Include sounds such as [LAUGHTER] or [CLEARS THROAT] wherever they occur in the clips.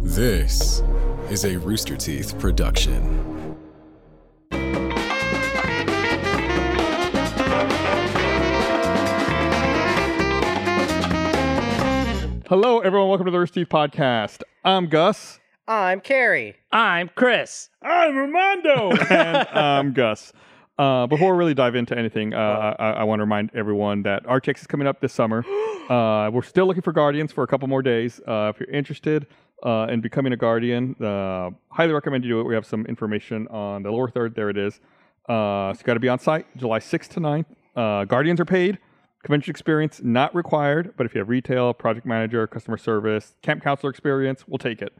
This is a Rooster Teeth production. Hello, everyone. Welcome to the Rooster Teeth Podcast. I'm Gus. I'm Carrie. I'm Chris. I'm Armando. [LAUGHS] and I'm Gus. Uh, before we really dive into anything, uh, I, I want to remind everyone that RTX is coming up this summer. Uh, we're still looking for guardians for a couple more days. Uh, if you're interested uh, in becoming a guardian, uh, highly recommend you do it. We have some information on the lower third. There it is. Uh, so you got to be on site July 6th to 9th. Uh, guardians are paid. Convention experience not required, but if you have retail, project manager, customer service, camp counselor experience, we'll take it.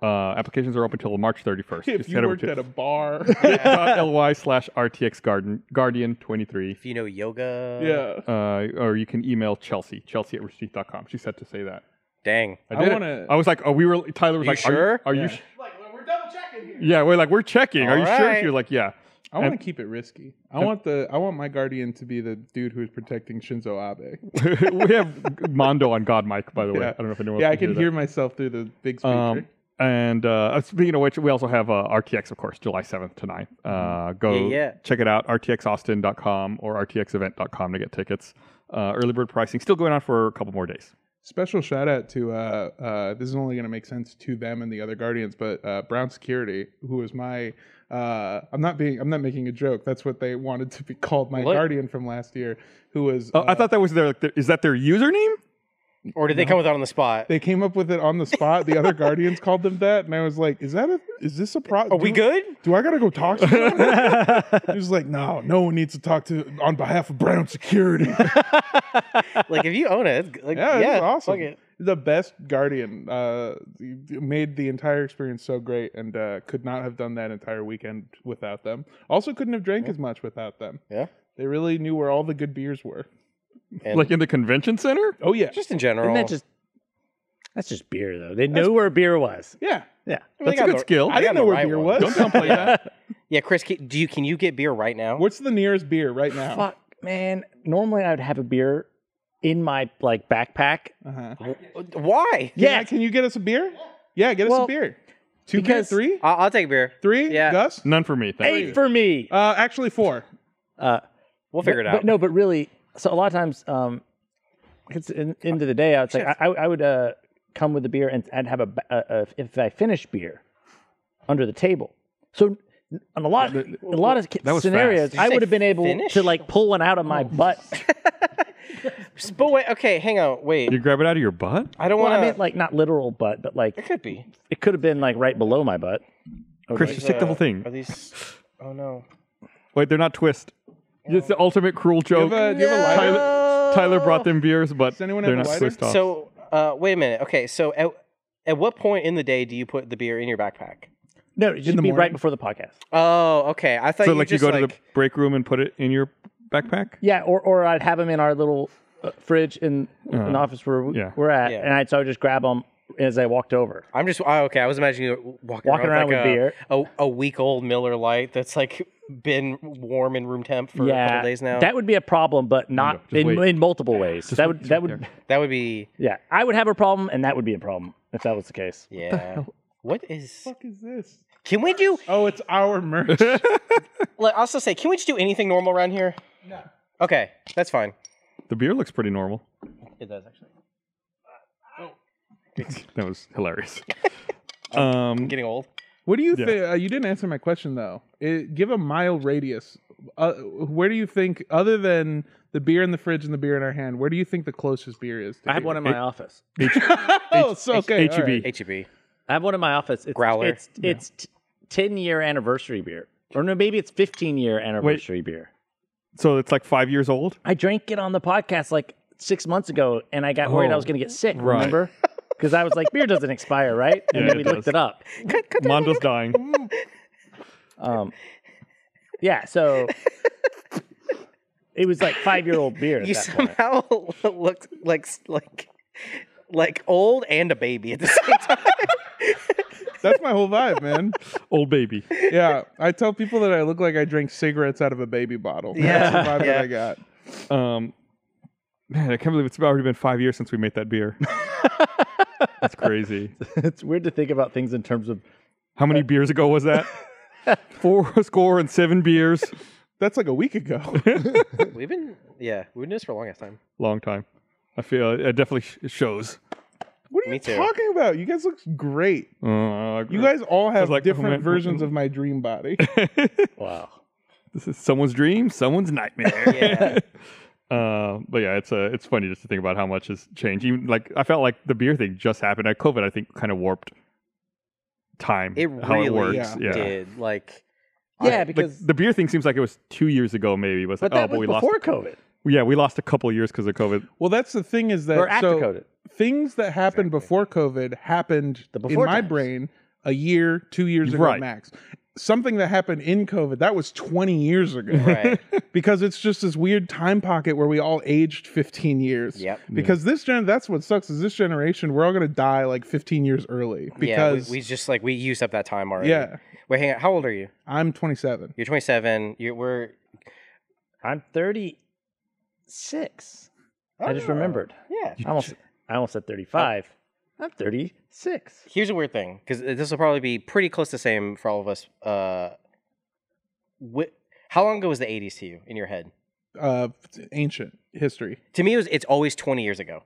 Uh, applications are open till March 31st. if Just you head over worked to- at a bar. bit.ly slash RTX Garden Guardian 23. If you know yoga. yeah. Uh, or you can email Chelsea, Chelsea at roosterteeth.com. She said to say that. Dang. I I did. it. wanna- I was like, oh, we were, Tyler was you like, sure? Are you, are Yeah. you sh- yeah, we're like, we're checking. are you sure? Alright. She was like, yeah. [LAUGHS] I want to keep it risky. I want the I want my guardian to be the dude who is protecting Shinzo Abe. we have Mondo on God Mike, by the way. Yeah. I don't know if anyone yeah, I else can that. hear myself through the big speaker. Um, and uh, speaking of which, we also have uh, RTX, of course, July 7th to 9th. Mm-hmm. Uh, go Yeah, yeah. check it out, rtxaustin.com or rtxevent.com to get tickets. Uh, early bird pricing still going on for a couple more days. Special shout out to uh, uh, this is only going to make sense to them and the other guardians, but uh, Brown Security, who is my uh, I'm not being I'm not making a joke. That's what they wanted to be called my What? guardian from last year, who was Oh, I uh, thought that was their, like, their. Is that their username? Or did they come with that on the spot? they came up with it on the spot. The other guardians called them that, and I was like, "Is that a? Is this a pro? Are we good? [LAUGHS] Do I gotta go talk to someone? [LAUGHS] he was like, no, no one needs to talk to on behalf of Brown Security. [LAUGHS] yeah, like if you own it, it's, g- like, yeah, yeah it's awesome. fuck it. The best Guardian uh, made the entire experience so great, and uh, could not have done that entire weekend without them. Also, couldn't have drank as much without them. Yeah. They really knew where all the good beers were. And Like in the convention center? Oh yeah, just in general. Isn't that just that's just beer though. They knew where beer was. yeah. I Yeah. mean, they That's a got good the- skill. I got didn't know the where right beer one. was. Don't downplay [LAUGHS] that. Yeah, Chris, can, do you can you get beer right now? What's the nearest beer right now? Fuck, man. Normally I'd have a beer in my like backpack. Uh-huh. Why? Yeah, Yeah. can you get us a beer? Yeah, get us Well, a beer. Two beer, because- three, I'll, I'll take beer. three. Yeah. Gus. None for me. Thank Eight for me. Uh, actually, four. Uh We'll figure it but, out. But no, but really, so a lot of times, um, it's in, end of the day, I would say I, I would uh, come with a beer and I'd have a, ba- a, a if I finish beer under the table. So on a lot, a lot of That was fast. scenarios, Did you I say would have been able finish? to like pull one out of my butt. S- But wait, okay, hang on. Wait, You grab it out of your butt? I don't Well, want I to. meant like not literal butt, but it like could be. it could have been like right below my butt. I would Chris, like- just take the whole Are thing. these? [SIGHS] Oh no. Wait, they're not twist. It's the ultimate cruel Do you joke. have a, do you have a lighter? Tyler, Tyler brought them beers, but Does anyone they're have a not lighter? twist off. So uh, wait a minute. Okay, so at at what point in the day do you put the beer in your backpack? no, it should the be right morning. before the podcast. Oh, okay. I thought so you like you just go to like the break room and put it in your backpack? Yeah, or or I'd have them in our little uh, fridge in an office where we, Uh-huh. yeah. we're at, Yeah. and I'd so I would just grab them as I walked over. I'm just oh, okay. I was imagining you walking, Walking around, around with like a, A, a week old Miller Light that's like been warm in room temp for a couple days now. That would be a problem, but not Just in, wait. in multiple ways. that would that would That would be yeah, I would have a problem, and that would be a problem if that was the case. yeah. What is? fuck is this? Can we do? Oh, it's our merch. [LAUGHS] Like, also say, can we just do anything normal around here? No. Okay, that's fine. The beer looks pretty normal. [LAUGHS] It does actually. That was [LAUGHS] hilarious. um, Getting old. what do you Yeah. think? Uh, you didn't answer my question though. It, give a mile radius. Uh, where do you think, other than the beer in the fridge and the beer in our hand, where do you think the closest beer is? To here? in my office. oh, so okay. all HEB. right. HEB. I have one in my office. It's, Growler. It's it's t- ten year anniversary beer, or no, maybe it's fifteen year anniversary beer. So it's like five years old? I drank it on the podcast like six months ago, and I got worried I was going to get sick. Oh, right. [LAUGHS] Remember? Because I was like, beer doesn't expire, right? And Yeah, then it we does. looked it up. Mondo's dying. Um, [LAUGHS] yeah, so it was like five year old beer. At You that point. somehow [LAUGHS] look like like like old and a baby at the [LAUGHS] same time. That's my whole vibe, [LAUGHS] man. [LAUGHS] Old baby. Yeah, I tell people that I look like I drank cigarettes out of a baby bottle. Yeah. That's the vibe Yeah. that I [LAUGHS] got. Um, man, I can't believe it's already been five years since we made that beer. That's crazy. it's weird to think about things in terms of How many beers ago was [LAUGHS] that? Four score and seven beers. That's like a week [LAUGHS] ago. We've been, yeah, we've been doing this for the longest time. Long time. I feel it definitely sh- shows. what are Me you too. talking about? You guys look great. Uh, You guys all have like, different man. versions of my dream [LAUGHS] body. wow. this is someone's dream, someone's nightmare. [LAUGHS] Yeah. Uh, but yeah, it's uh, it's funny just to think about how much has changed. Even like I felt like the beer thing just happened. At COVID, I think kind of warped time. It how really it works. Yeah. did. Like, Yeah, Like, because the beer thing seems like it was two years ago, maybe. Was but like, that oh, but was we before lost. COVID Yeah, we lost a couple of years because of COVID. well, that's the thing is that or after so COVID. things that happened Exactly. before COVID happened The before in my times. brain a year, two years ago Right. max. Something that happened in COVID that was 20 years ago. [LAUGHS] right. [LAUGHS] because it's just this weird time pocket where we all aged 15 years. Yep. Because this gen that's what sucks is this generation we're all going to die like 15 years early yeah, because we, we just like we used up that time already. Yeah. Wait, hang on. How old are you? I'm 27. You're 27. You we're I'm 36. I just Oh. remembered. yeah. I almost I almost said 35. I'm 36. Here's a weird thing because this will probably be pretty close to the same for all of us. Uh, wh- how long ago was the 80s to you in your head? Uh it's ancient history. To me, it was, it's always 20 years ago.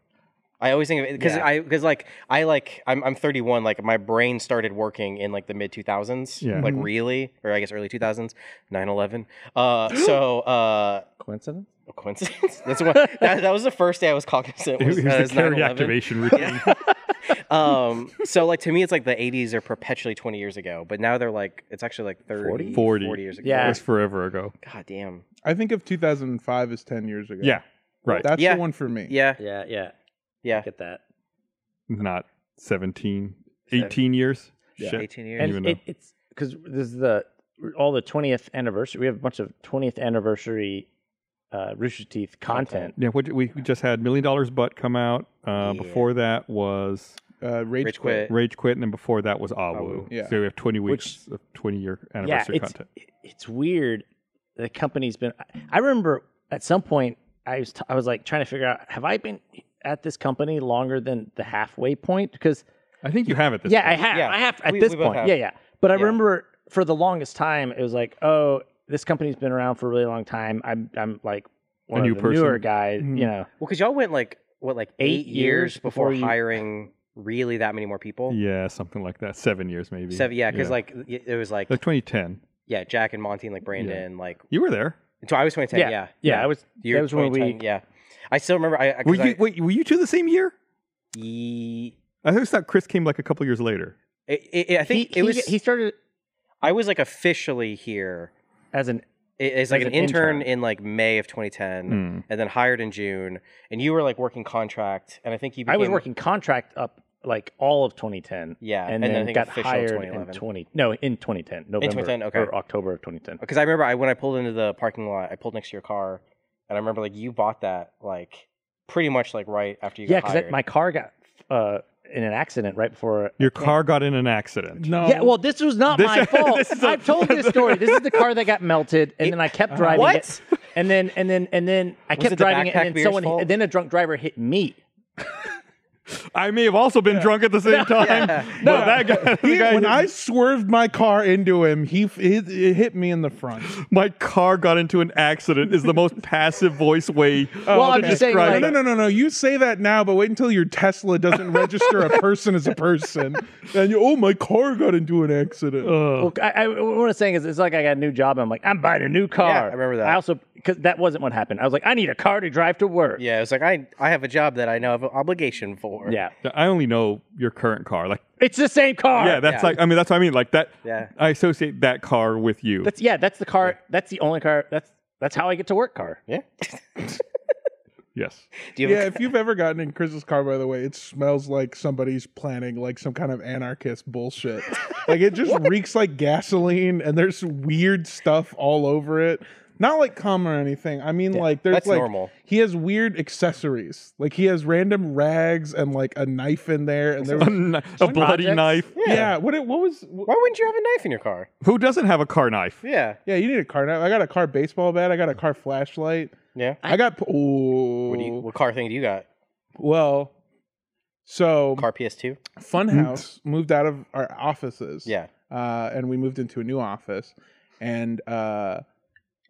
I always think of it because Yeah. I because like I like I'm I'm 31. Like my brain started working in like the mid 2000s. Yeah. Like Mhm. really, or I guess early 2000s. 9/11. Uh, so uh, Coincidence? coincidence. [LAUGHS] That's one. That, that was the first day I was cognizant. It was Was, uh, the carry 9/11. activation routine. [LAUGHS] um so like to me it's like the 80s are perpetually 20 years ago but now they're like it's actually like 30 40? 40, 40. years ago It Yeah. was forever ago. god damn I think of 2005 as 10 years ago. Yeah, right. That's Yeah. the one for me. yeah Yeah, yeah. yeah Get that. Not 17, 18 years. Yeah. Shit. 18 years Didn't And even it, it's because this is the all the 20th anniversary. We have a bunch of 20th anniversary uh, Rooster Teeth content. Yeah, what, we we just had Million Dollars Butt come out. Uh, Yeah. Before that was Uh, Rage, Rage Quit. Quit. Rage Quit, and then before that was Awu. Awu, yeah. So we have 20 Which- weeks of 20 year Yeah, anniversary it's content. it's weird. The company's been. I- I remember at some point I was t- I was like trying to figure out have I been at this company longer than the halfway point because I think you have it this yeah, I point. have. Yeah, I have at we- this we both point. have. Yeah, yeah. But I Yeah. remember for the longest time, it was like, oh, this company's been around for a really long time. I'm, I'm like one new of the newer person. guy. Mhm. You know, well because y'all went like what like Eight eight, years, years before, before you- hiring really that many more people Yeah, something like that. Seven years maybe. seven yeah because like y- it was like like 2010. yeah jack and monty and like brandon like You were there. so i was 2010 yeah yeah, yeah. I was. Year that was when 2010, we. yeah i still remember i, I, 'cause Were you I- wait, were you two the same year? ye- I always thought Chris came like a couple years later. it- it- it- I think he, it he- was. He started I was like officially here as an. It- It's like As an, an intern, intern. Hmm. in like May of 2010, Mm. and then hired in June. And you were like working contract, and I think you. Became, I was working contract up like all of 2010. Yeah, and, and then I then, think got official hired in 2011. 20. No, in 2010, November 2010, okay. or October of 2010. because I remember I when I pulled into the parking lot, I pulled next to your car, and I remember like you bought that like pretty much like right after you Yeah, got because hired. my car got uh, in an accident right before Your car got in an accident. No. Yeah, well, this was not This- my fault. this is [LAUGHS] a- I've told this story. This is the car that got melted, and then I kept driving it. And then and then and then I kept it the driving it, backpack and then beer's someone, fault? and then a drunk driver hit me. I may have also been drunk at the [LAUGHS] same time. No, that guy, the He- guy when hit I me. swerved my car into him, he, f- it- it hit me in [LAUGHS] the front. my car got into an accident is the most passive voice [LAUGHS] way. well, I'm to just saying, describe like, No, no, no, no. You say that now, but wait until your Tesla doesn't [LAUGHS] register a person as a person. And you, oh, my car got into an accident. well, I, I, what I'm saying is, it's like I got a new job. And I'm like, I'm buying a new car. I remember that. I also because that wasn't what happened. I was like, I need a car to drive to work. yeah, it was like I I have a job that I now have an obligation for. yeah. I only know your current car. Like, It's the same car. yeah, that's like, I mean, that's what I mean. Like, that, Yeah. I associate that car with you. that's yeah, that's the car. That's the only car. That's that's how I get to work. Car. yeah. [LAUGHS] yes. [LAUGHS] Do you have Yeah, if you've ever gotten in Chris's car, by the way, it smells like somebody's planning like some kind of [LAUGHS] anarchist bullshit. like it just reeks like gasoline and there's weird stuff all over it. Not like cum or anything. I mean, like there's that's like normal. he has weird accessories. Like he has random rags and like a knife in there, [LAUGHS] and [LAUGHS] there A, was, kn- a bloody projects? knife. yeah. What it, what was? a, why wouldn't you have a knife in your car? Who doesn't have a car [LAUGHS] knife? Yeah. Yeah, you need a car knife. I got a car baseball bat. I got a car flashlight. Yeah. I, got. p- Ooh. What, do you, what car thing do you got? Well, So Car PS2. Funhouse moved out of our offices. Yeah. uh, and we moved into a new office and uh,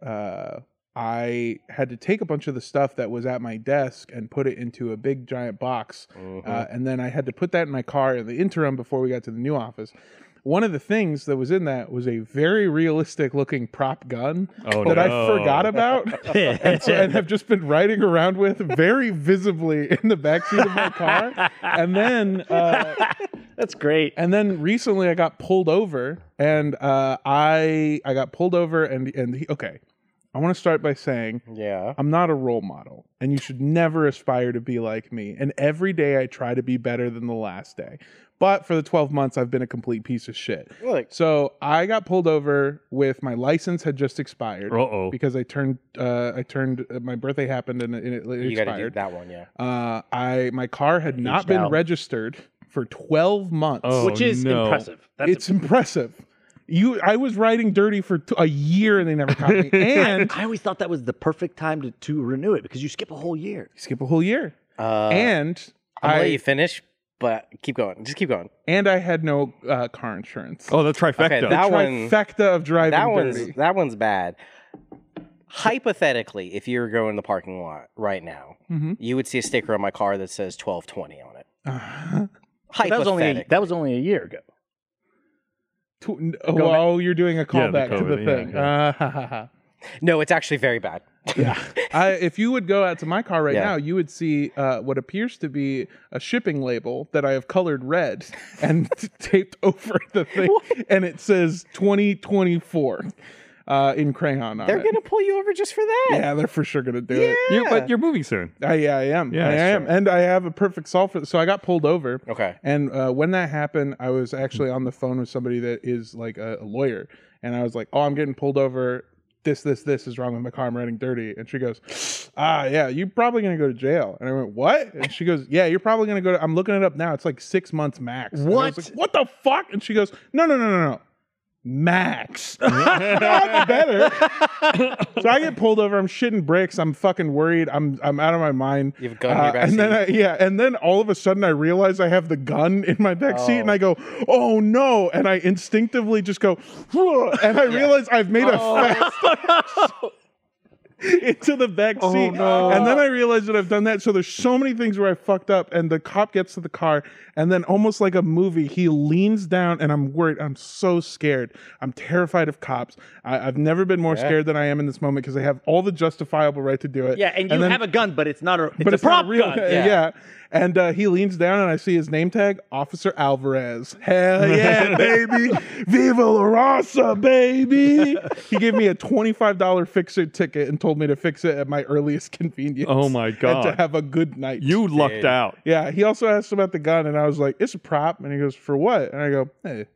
uh, i had to take a bunch of the stuff that was at my desk and put it into a big giant box Mm-hmm. Mm-hmm. uh, and then i had to put that in my car in the interim before we got to the new office one of the things that was in that was a very realistic looking prop gun Oh, that I no. [LAUGHS] forgot about and, so, and have just been riding around with very visibly in the backseat of [LAUGHS] my car. And then uh, That's great. and then recently, I got pulled over, and uh, I I got pulled over, and and he, okay, I want to start by saying Yeah. I'm not a role model, and you should never aspire to be like me. And every day, I try to be better than the last day. But for the 12 months, I've been a complete piece of shit. Look. So I got pulled over with my license had just expired Uh-oh. because I turned uh, I turned my birthday happened and it, and it You got to do expired. that one. Yeah. Uh, I my car had not Aged been out. registered for 12 months Oh, Which is no. impressive. That's it's impressive. You, I was riding dirty for t- a year and they never caught [LAUGHS] me. And I always thought that was the perfect time to, to renew it because you skip a whole year. skip a whole year. Uh, and I'm gonna let I you finish, but keep going. Just keep going. and I had no uh, car insurance. Oh, the trifecta. Okay, that one. Trifecta of driving That dirty. one's that one's bad. Hypothetically, if you were going in the parking lot right now, Mhm. you would see a sticker on my car that says twelve twenty on it. Uh, But that was only a, Hypothetically. that was only a year ago. tw- oh, you're doing a callback to the COVID, yeah, thing. Uh, no, it's actually very bad. yeah. [LAUGHS] I, if you would go out to my car right Yeah. now, you would see uh, what appears to be a shipping label that I have colored red [LAUGHS] and t- taped over the thing, and it says 2024 uh, in crayon on They're it. gonna pull you over just for that. Yeah, they're for sure gonna do it. You, but you're moving soon. I, yeah, I am. Yeah, I am, and I have a perfect solve for. So I got pulled over. Okay. And uh, when that happened, I was actually on the phone with somebody that is like a, a lawyer, and I was like, "Oh, I'm getting pulled over. This, this, this is wrong with my car. I'm running dirty." And she goes, "Ah, yeah, you're probably gonna go to jail." And I went, "What?" And she goes, "Yeah, you're probably gonna go to." I'm looking it up now. It's like six months max. And I was What? like, what the fuck? And she goes, "No, no, no, no, no." Max. [LAUGHS] Not better. [LAUGHS] so I get pulled over. I'm shitting bricks. I'm fucking worried. I'm I'm out of my mind. Uh, You have a gun in your back and then seat. I, yeah, and then all of a sudden I realize I have the gun in my back seat, and I go, "Oh no!" And I instinctively just go, "Whoa," and I realize I've made a Oh. fast into the back seat, Oh, and then I realize that I've done that. So there's so many things where I fucked up, and the cop gets to the car, and then almost like a movie, he leans down, and I'm worried. I'm so scared. I'm terrified of cops. I, I've never been more scared than I am in this moment because they have all the justifiable right to do it. Yeah, and you then- have a gun, but it's not a it's but a it's not prop real. gun. Yeah. And uh, he leans down and I see his name tag, Officer Alvarez. Hell yeah, baby. Viva la raza, baby. he gave me a $25 fixer ticket and told me to fix it at my earliest convenience. Oh my And to God. have a good night. You lucked out. Yeah. He also asked about the gun and I was like, it's a prop. And he goes, for what? And I go, hey.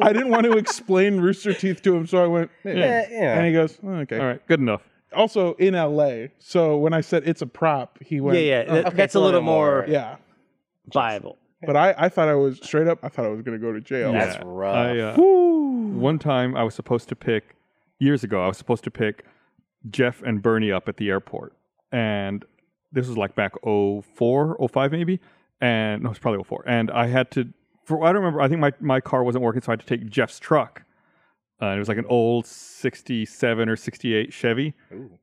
[LAUGHS] I didn't want to explain Rooster Teeth to him, so I went, "Hey." Yeah, yeah. And he goes, "Oh, okay. All right, good enough. Also in LA. So when I said it's a prop, he went, "Oh, Yeah, yeah. that- okay, that's it's a a little little more- more yeah. viable. But I, I thought I was straight up. I thought I was going to go to jail. That's rough. I, uh, One time I was supposed to pick, years ago, I was supposed to pick Jeff and Bernie up at the airport. And this was like back 04, 05 maybe. And no, it's probably 04. And I had to, for I don't remember, I think my, my car wasn't working, so I had to take Jeff's truck. Uh, it was like an old 67 or 68 Chevy.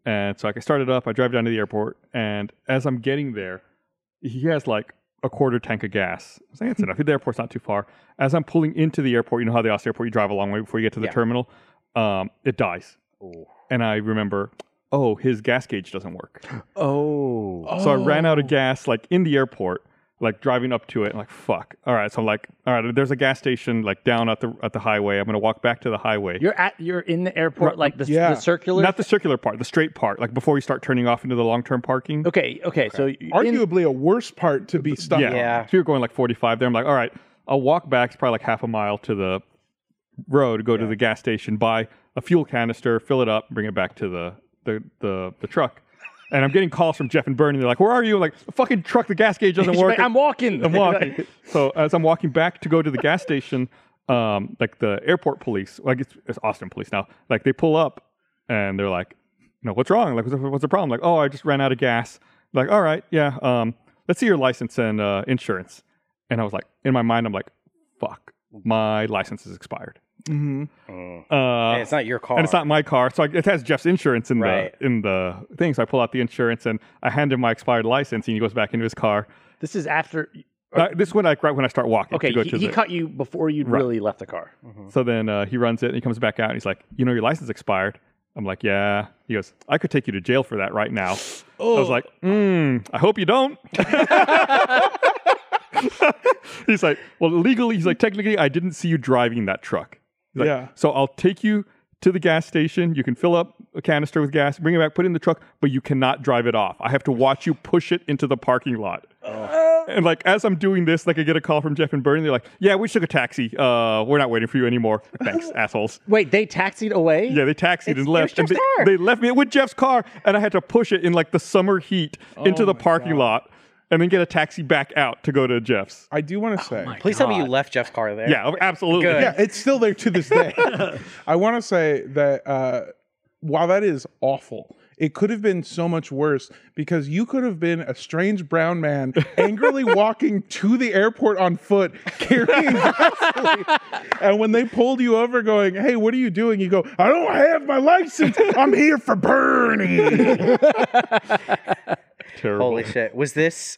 And so I started up, I drive down to the airport. And as I'm getting there, he has like a quarter tank of gas. I was [LAUGHS] like, that's enough. The airport's not too far. As I'm pulling into the airport, you know how the Austin airport, you drive a long way before you get to the terminal. Um, it dies. And I remember, oh, his gas gauge doesn't work. [GASPS] Oh. So I ran out of gas like in the airport, like driving up to it, and like fuck. All right, so I'm like, all right, there's a gas station like down at the at the highway. I'm gonna walk back to the highway. You're at you're in the airport like the, Yeah. the circular. Not the circular part, the straight part, like before you start turning off into the long term parking. okay, okay, So you- in, Arguably a worse part to be stuck Yeah. on. Yeah. So you're going like 45 there. I'm like, all right, I'll walk back. It's probably like half a mile to the road, go to the gas station, buy a fuel canister, fill it up, bring it back to the the the, the truck. And I'm getting calls from Jeff and Bernie. They're like, "Where are you?" I'm like, the fucking truck. The gas gauge [LAUGHS] doesn't She's work. like, I'm walking. [LAUGHS] I'm walking. so as I'm walking back to go to the gas station, um, like the airport police, like it's, it's Austin police now, like they pull up and they're like, you know, what's wrong? Like, what's the, what's the problem? Like, oh, I just ran out of gas. Like, all right, yeah. Um, let's see your license and uh, insurance. And I was like, in my mind, I'm like, fuck, my license is expired. Mm-hmm. Mm. Uh, and it's not your car. and it's not my car, so I, it has Jeff's insurance in Right. the in the thing. So I pull out the insurance and I hand him my expired license, and he goes back into his car. [LAUGHS] This is after. Uh, this is when I right when I start walking. Okay, to go he, to he the- caught you before you'd Right. really left the car. So then uh, he runs it and he comes back out and he's like, You know, your license expired. I'm like, Yeah. He goes, I could take you to jail for that right now. I was like, mm, I hope you don't. [LAUGHS] he's like, Well, legally, he's like, Technically, I didn't see you driving that truck. He's like, Yeah. So I'll take you to the gas station. You can fill up a canister with gas, bring it back, put it in the truck, but you cannot drive it off. I have to watch you push it into the parking lot. And like as I'm doing this, like I get a call from Jeff and Bernie. They're like, "Yeah, we took a taxi. Uh, we're not waiting for you anymore. Thanks, assholes." Wait, they taxied away? Yeah, they taxied and left. And they, Jeff's car. they left me with Jeff's car, and I had to push it in like the summer heat Oh into the parking lot, and then get a taxi back out to go to Jeff's. I do Oh want to say. Please tell me you left Jeff's car there. Yeah, absolutely. Good. yeah, [LAUGHS] it's still there to [LAUGHS] this day. I want to say that uh, while that is awful, it could have been so much worse because you could have been a strange brown [LAUGHS] man angrily walking to the airport on foot [LAUGHS] carrying gasoline. And when they pulled you over, going, Hey, what are you doing? You go, I don't have my license. I'm here for Bernie. [LAUGHS] Terrible. Holy shit. Was this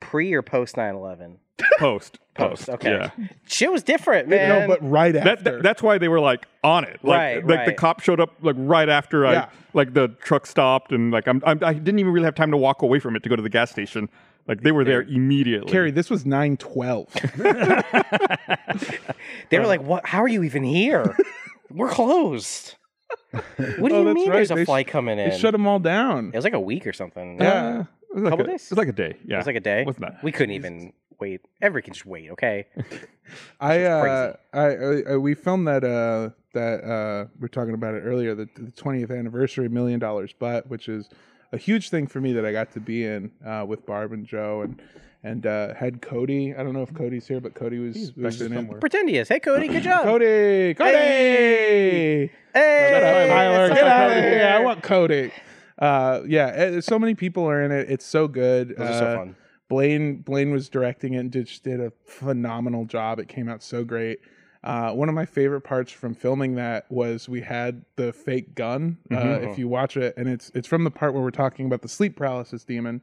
pre or post 9 11? Post, post. Post. Okay. Yeah. Shit was different, no, man. but right That, after. that- that's why they were like on it. Like, Right, like the right. cop showed up like right after I Yeah. like the truck stopped and like I'm, I'm I didn't even really have time to walk away from it to go to the gas station. Like they were there immediately. Carrie, this was 912. they were Oh. like, "What? How are you even [LAUGHS] here? we're closed." What do Oh, you that's mean? right. There's a They sh- flight coming in. They shut them all down. It was like a week or something. Yeah. It was like Couple a, days? It was like a day. Yeah. It was like a day. Wasn't that? We couldn't even wait. Everyone can just wait, [LAUGHS] okay? I, Which is uh, I, I, I, we filmed that, uh, that, uh, we are talking about it earlier, the, the 20th anniversary Million Dollars Butt, which is a huge thing for me that I got to be in, uh, with Barb and Joe and, and, uh, had Cody. I don't know if Cody's here, but Cody was, was in it. Pretend he is. Hey, Cody, good job. Cody! Cody! Hey, Shut up, Tyler. that's Get not out of Cody. here. I want Cody. Uh, yeah, eh, so many people are in it. It's so good. Those are so Uh, fun. Blaine Blaine was directing it and did, just did a phenomenal job. It came out so great. Uh, one of my favorite parts from filming that was we had the fake gun. Uh, Mm-hmm. If you watch it, and it's it's from the part where we're talking about the sleep paralysis demon.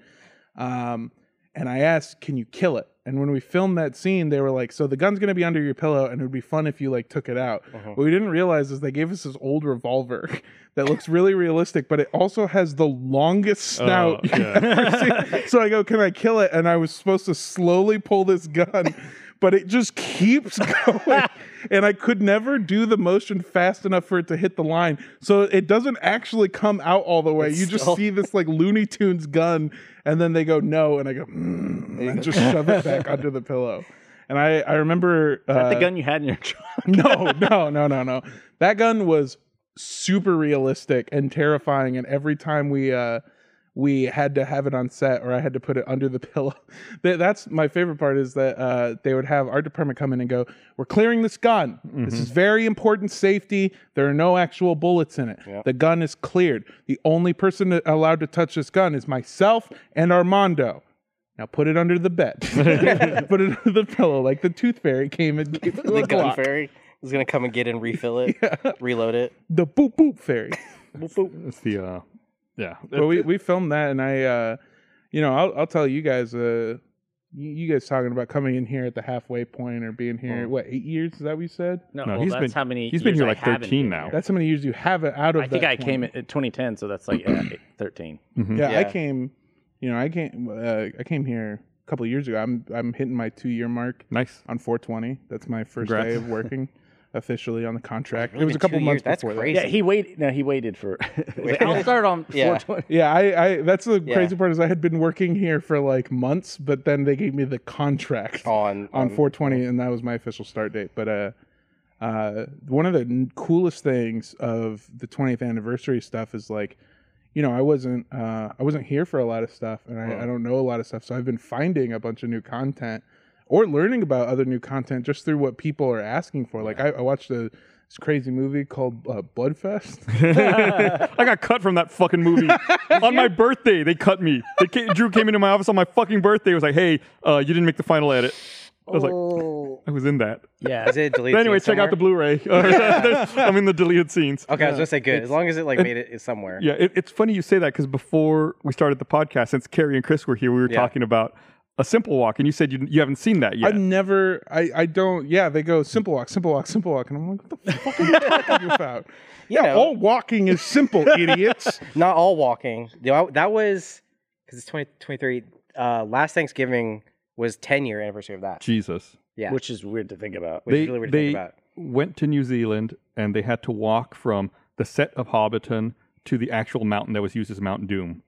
Um, and I asked, "Can you kill it?" And when we filmed that scene, they were like, "So the gun's gonna be under your pillow, and it would be fun if you like took it out." What we didn't realize is they gave us this old revolver [LAUGHS] that looks really realistic, but it also has the longest snout. Oh, you've ever seen. so I go, "Can I kill it?" And I was supposed to slowly pull this gun. But it just keeps [LAUGHS] going. and I could never do the motion fast enough for it to hit the line. So it doesn't actually come out all the way. you just still- see this like Looney Tunes gun, and then they go no, and I go mm, and just shove it back under the pillow. And I I remember Is uh, that the gun you had in your truck? [LAUGHS] no no no no no that gun was super realistic and terrifying. And every time we uh we had to have it on set or I had to put it under the [LAUGHS] pillow. That- That's my favorite part is that uh, they would have our department come in and go, We're clearing this gun. Mm-hmm. This is very important safety. There are no actual bullets in it. The gun is cleared. The only person that- allowed to touch this gun is myself and Armando. Now put it under the bed. [LAUGHS] [LAUGHS] put it under the pillow like the tooth fairy came and gave you The a gun clock. fairy is gonna come and get it and refill [LAUGHS] it, reload it. The boop boop [LAUGHS] fairy. It's the uh, yeah. but we, we filmed that and i uh you know i'll, I'll tell you guys uh you- you guys talking about coming in here at the halfway point or being Mm. here what eight years is that what you said No, No, well, he's that's been- how many. he's been years here I like haven't 13 been now. here. that's how many years you have it out of I think that I came point. at at 2010, so that's like [CLEARS THROAT] yeah, 13. Mm-hmm. yeah, i Yeah. came you know i came uh, i came here a couple of years ago i'm i'm hitting my two year mark nice. on 420 that's my first Congrats. [LAUGHS] day of working officially on the contract it Really was been a couple two months years? That's before that. crazy. Yeah, he waited. No, he waited [LAUGHS] for. [LAUGHS] Wait. I'll start [LAUGHS] on Yeah. 420. Yeah, I, I that's the Yeah. crazy part is I had been working here for like months, but then they gave me the contract On- on on- 420, and that was my official start date. But uh, uh, one of the n- coolest things of the 20th anniversary stuff is like, you know, I wasn't uh, I wasn't here for a lot of stuff, and I, I don't know a lot of stuff, so I've been finding a bunch of new content or learning about other new content just through what people are asking for. Like I, I watched a this crazy movie called uh, Bloodfest. [LAUGHS] I got cut from that fucking [LAUGHS] movie on my birthday. They cut me. They came, Drew came into my office on my fucking birthday. Was like, "Hey, uh, you didn't make the final edit." I was Oh. like, "I was in that." [LAUGHS] Yeah. Is it deleted? But anyway, check out the Blu-ray. [LAUGHS] [LAUGHS] I'm in the deleted scenes. Okay, I was gonna say good. As long as it like made it it's somewhere. Yeah, it, it's funny you say that because before we started the podcast, since Carrie and Chris were here, we were Yeah. talking about a simple walk, and you said you, you haven't seen that yet. I've never, I, I don't, yeah, they go simple walk, simple walk, simple walk. And I'm like, what the fuck are you [LAUGHS] talking about? You yeah, know. all walking [LAUGHS] is simple, idiots. Not all walking. You know, I- That was because it's 2023. uh, last Thanksgiving was 10 year anniversary of that, Jesus, Yeah. Which is weird to think about. which is really weird to they think about. went to New Zealand and they had to walk from the set of Hobbiton to the actual mountain that was used as Mount Doom.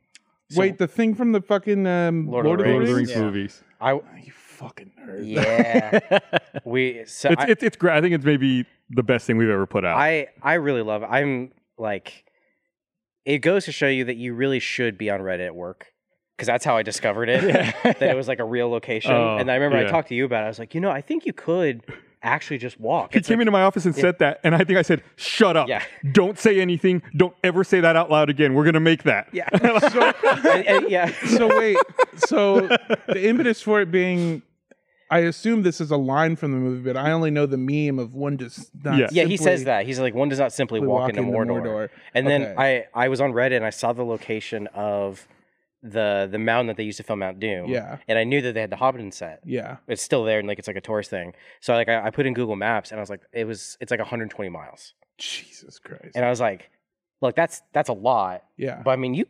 Wait, the thing from the fucking um, Lord Lord, of of the Lord of the Rings? Rings movies. I You fucking nerd. yeah. we so It's, I, it's it's great. I think it's maybe the best thing we've ever put out. I I really love. It. I'm like, it goes to show you that you really should be on Reddit at work because that's how I discovered it. [LAUGHS] that it was like a real location, Oh, and I remember I yeah. talked to you about. it. I was like, you know, I think you could actually just walk. he It's came like- into my office and said that, and I think I said, "Shut up! Yeah. Don't say anything. Don't ever say that out loud again. We're gonna make that." [LAUGHS] yeah, And- and- yeah. So wait, so the impetus for it being, I assume this is a line from the movie, but I only know the meme of one does not. Yeah. Yeah, he simply says that. He's like, one does not simply simply walk, into, Mordor. And then Okay. I, I was on Reddit and I saw the location of the the mountain that they used to film Mount Doom. Yeah. And I knew that they had the Hobbiton set. yeah, It's still there and like it's like a tourist thing. So like I, I put in Google Maps and I was like, it was it's like 120 miles. Jesus Christ, And I was like, look, that's that's a lot. yeah. But I mean you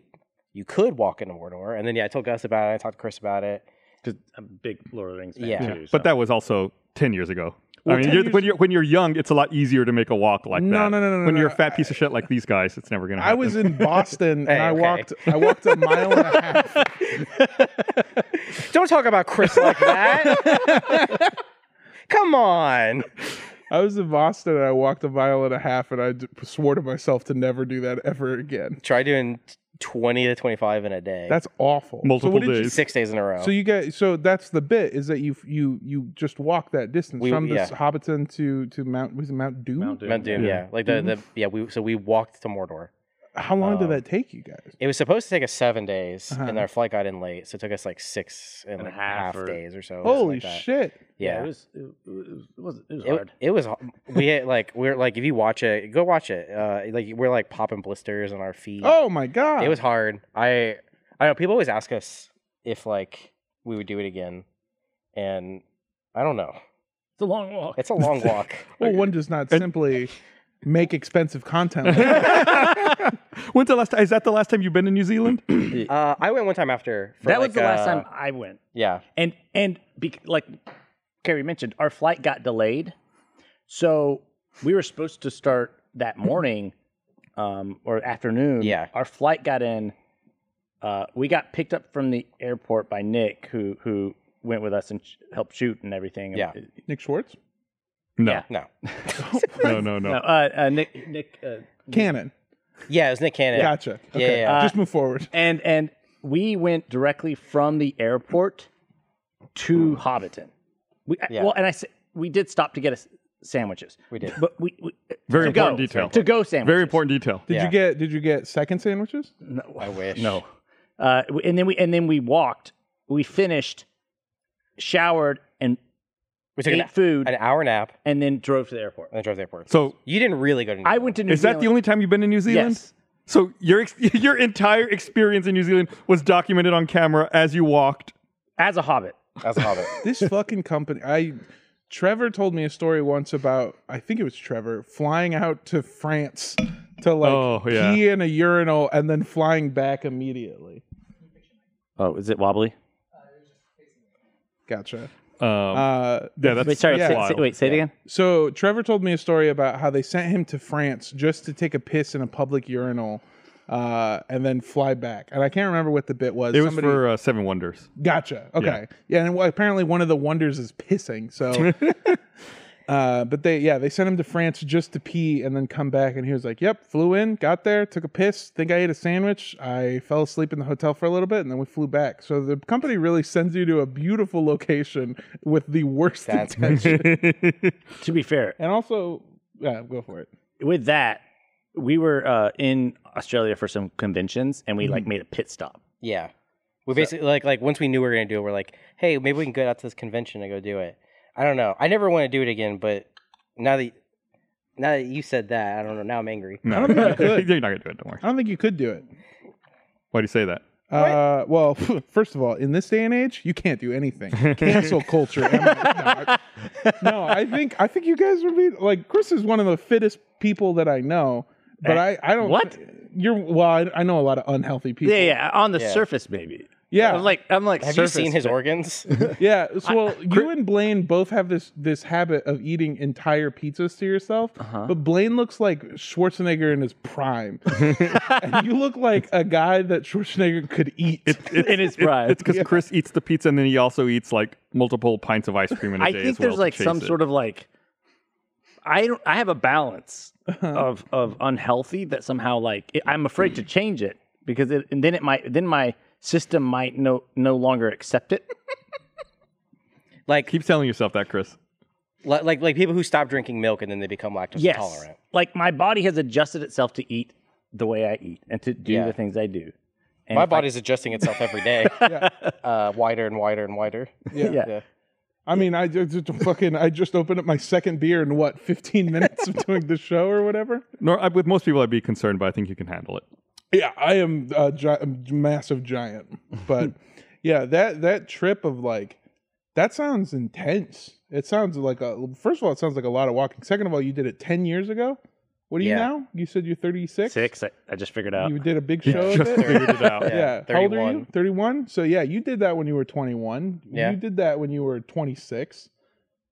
you could walk into Mordor. And then yeah, I told Gus about it, I talked to Chris about it. Because I'm a big Lord of the Rings fan Yeah. too. But that was also ten years ago. Well, I mean, 10 you're, years- when you're when you're young, it's a lot easier to make a walk like No, that. no, no, no, no, When you're no. a fat piece of shit like these guys, it's never gonna. I Happen. was in Boston [LAUGHS] Hey, and I okay. walked. I walked a mile [LAUGHS] and a half. Don't talk about Chris like that. [LAUGHS] Come on. I was in Boston and I walked a mile and a half, and I d- swore to myself to never do that ever again. Try doing 20 to 25 in a day. That's awful. Multiple so what did days. six days in a row. You, so you get so that's the bit is that you you you just walk that distance We- from this yeah. Hobbiton to to Mount was it Mount Doom? Mount Doom. Mount Doom, yeah. Like the, the Mm-hmm. yeah, we so we walked to Mordor. How long did that take you guys? It was supposed to take us seven days, Uh-huh. and our flight got in late, so it took us like six and, And a like half half, or- days or so. something Holy like that. shit! Yeah, It was. It, was. It was, it was it, hard. it was. We had, like we're like if you watch it, go watch it. Uh, like we're like popping blisters on our feet. Oh my god! it was hard. I I know people always ask us if like we would do it again, and I don't know. It's a long walk. [LAUGHS] It's a long walk. well, one does not [LAUGHS] simply make expensive content. [LAUGHS] When's the last? Is that the last time you've been to New Zealand? Uh, I went one time after. for, that was like, the last uh, time I went. Yeah. and and bec like Carrie mentioned, our flight got delayed, so we were supposed to start that morning um, or afternoon. Yeah. our flight got in. Uh, we got picked up from the airport by Nick, who who went with us and sh- helped shoot and everything. Yeah. Nick Schwartz, No, Yeah. No. no, no, no. No, uh, uh, Nick Nick uh, Cannon. Yeah, it was Nick Cannon. Gotcha. Yeah, yeah, yeah. Just move forward. and and we went directly from the airport to Hobbiton. We Yeah. well, and I said we did stop to get us sandwiches. We did. but we, we Very to important go, detail. to go sandwiches. Very important detail. Did Yeah. you get Did you get second sandwiches? I wish. No, uh, we- and then we and then we walked. We finished, showered, and We took ate an, food, an hour nap and then drove to the airport. and then drove to the airport. So, you didn't really go to. New I went to New is Zealand. that the only time you've been to New Zealand? Yes. So your ex- [LAUGHS] your entire experience in New Zealand was documented on camera as you walked. as a hobbit? Zealand. as a hobbit. [LAUGHS] This fucking company. I Trevor told me a story once about I think it was Trevor flying out to France to like Oh, yeah. pee in a urinal and then flying back immediately. Oh, is it wobbly? Gotcha. Um, Uh, yeah, that's Wait, sorry. that's say- wild. say- wait, say it again. So Trevor told me a story about how they sent him to France just to take a piss in a public urinal, uh, and then fly back. And I can't remember what the bit was. It was for uh, Seven Wonders. [LAUGHS] gotcha. Okay. Yeah. and well, apparently one of the wonders is pissing. So Uh, but they, yeah, they sent him to France just to pee and then come back. And he was like, "Yep, flew in, got there, took a piss. Think I ate a sandwich. I fell asleep in the hotel for a little bit, and then we flew back." So the company really sends you to a beautiful location with the worst. That's intentions. To be fair, and also, yeah, go for it. with that, we were uh, in Australia for some conventions, and we like Mm-hmm. made a pit stop. Yeah. We basically like like once we knew we were gonna do it, we're like, hey, maybe we can go out to this convention and go do it. I don't know. I never want to do it again, but now that now that you said that, I don't know. Now I'm angry. No, don't [LAUGHS] think you could. you're not gonna do it. Don't worry. I don't think you could do it. Why do you say that? Uh, well, [LAUGHS] first of all, in this day and age, you can't do [LAUGHS] anything. Cancel culture. am I- no, I- no, I think I think you guys would be like Chris is one of the fittest people that I know, but I I don't Eh, what? you're well. I, I know a lot of unhealthy people. Yeah, yeah. On the Yeah. surface, maybe. yeah. I'm like, I'm like. Have surface, you seen his but- organs? [LAUGHS] Yeah, so well, you and Blaine both have this this habit of eating entire pizzas to yourself, Uh-huh. but Blaine looks like Schwarzenegger in his [LAUGHS] prime, and you look like a guy that Schwarzenegger could eat. [LAUGHS] in his pride? It's because Chris eats the pizza and then he also eats like multiple pints of ice cream in a I day. think as well there's like to some sort of like. I don't. I have a balance Uh-huh. of of unhealthy that somehow like it, I'm afraid to change it because it, and then it might then my system might no no longer accept [LAUGHS] it. like, Keep telling yourself that, Chris. li- like like people who stop drinking milk and then they become lactose yes. intolerant. Like my body has adjusted itself to eat the way I eat and to do Yeah. the things I do. And My if I- body's adjusting itself every [LAUGHS] day, uh, wider and wider and wider. Yeah. yeah. I mean, I just, just fucking I just opened up my second beer in what 15 minutes of doing this show or whatever. Nor, I, with most people, I'd be concerned, but I think you can handle it. Yeah, I am a, gi- a massive giant, [LAUGHS] but yeah, that that trip of like that sounds intense. It sounds like a first of all, it sounds like a lot of walking. Second of all, you did it 10 years ago. What are you Yeah. now? You said you're 36. six. I, I just figured out. You did a big [LAUGHS] show. Just of it. figured it out. yeah. How old are 31. you? 31. So yeah, you did that when you were 21. Yeah. You did that when you were 26.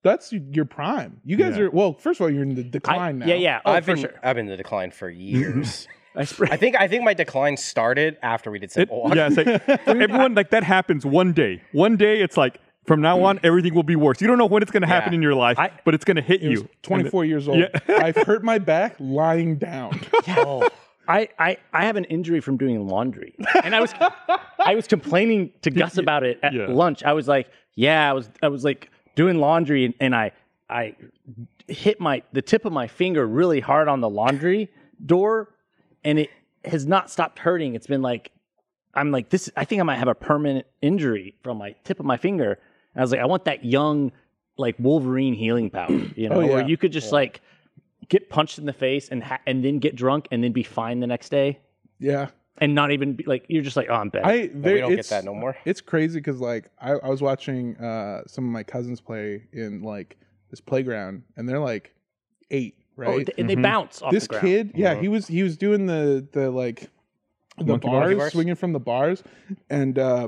That's your prime. You guys Yeah. are well. First of all, you're in the [LAUGHS] I- decline now. Yeah, yeah. Oh, I've for been sure. I've been in the decline for [LAUGHS] years. I spread. I think I think my decline started after we did It- simple walk. yeah, [LAUGHS] it's like, everyone like that happens one day. One day, it's like from now [CLEARS THROAT] on, everything will be worse. You don't know when it's going to happen Yeah. in your life, I- but it's going to hit It was you. 24 years [LAUGHS] old. I've hurt my back lying down. I, I, I have an injury from doing laundry, and I was I was complaining to Gus about it at Yeah. lunch. I was like, yeah, I was I was like doing laundry, and, and I I hit my the tip of my finger really hard on the laundry door, and it has not stopped hurting. It's been like I'm like this. I think I might have a permanent injury from my tip of my finger. And I was like, I want that young like Wolverine healing [CLEARS THROAT] power, you know, Oh, where yeah. you could just like get punched in the face and ha- and then get drunk and then be fine the next day Yeah. and not even be like you're just like oh I'm bad. I But there, we don't get it's- that no more. It's crazy because like I, I was watching uh some of my cousins play in like this playground and they're like eight, right? Oh, th- and Mm-hmm. they bounce off this the ground. kid, yeah, he was he was doing the the like the bars? bars, Uh-huh. Monkey bars? swinging from the bars, and uh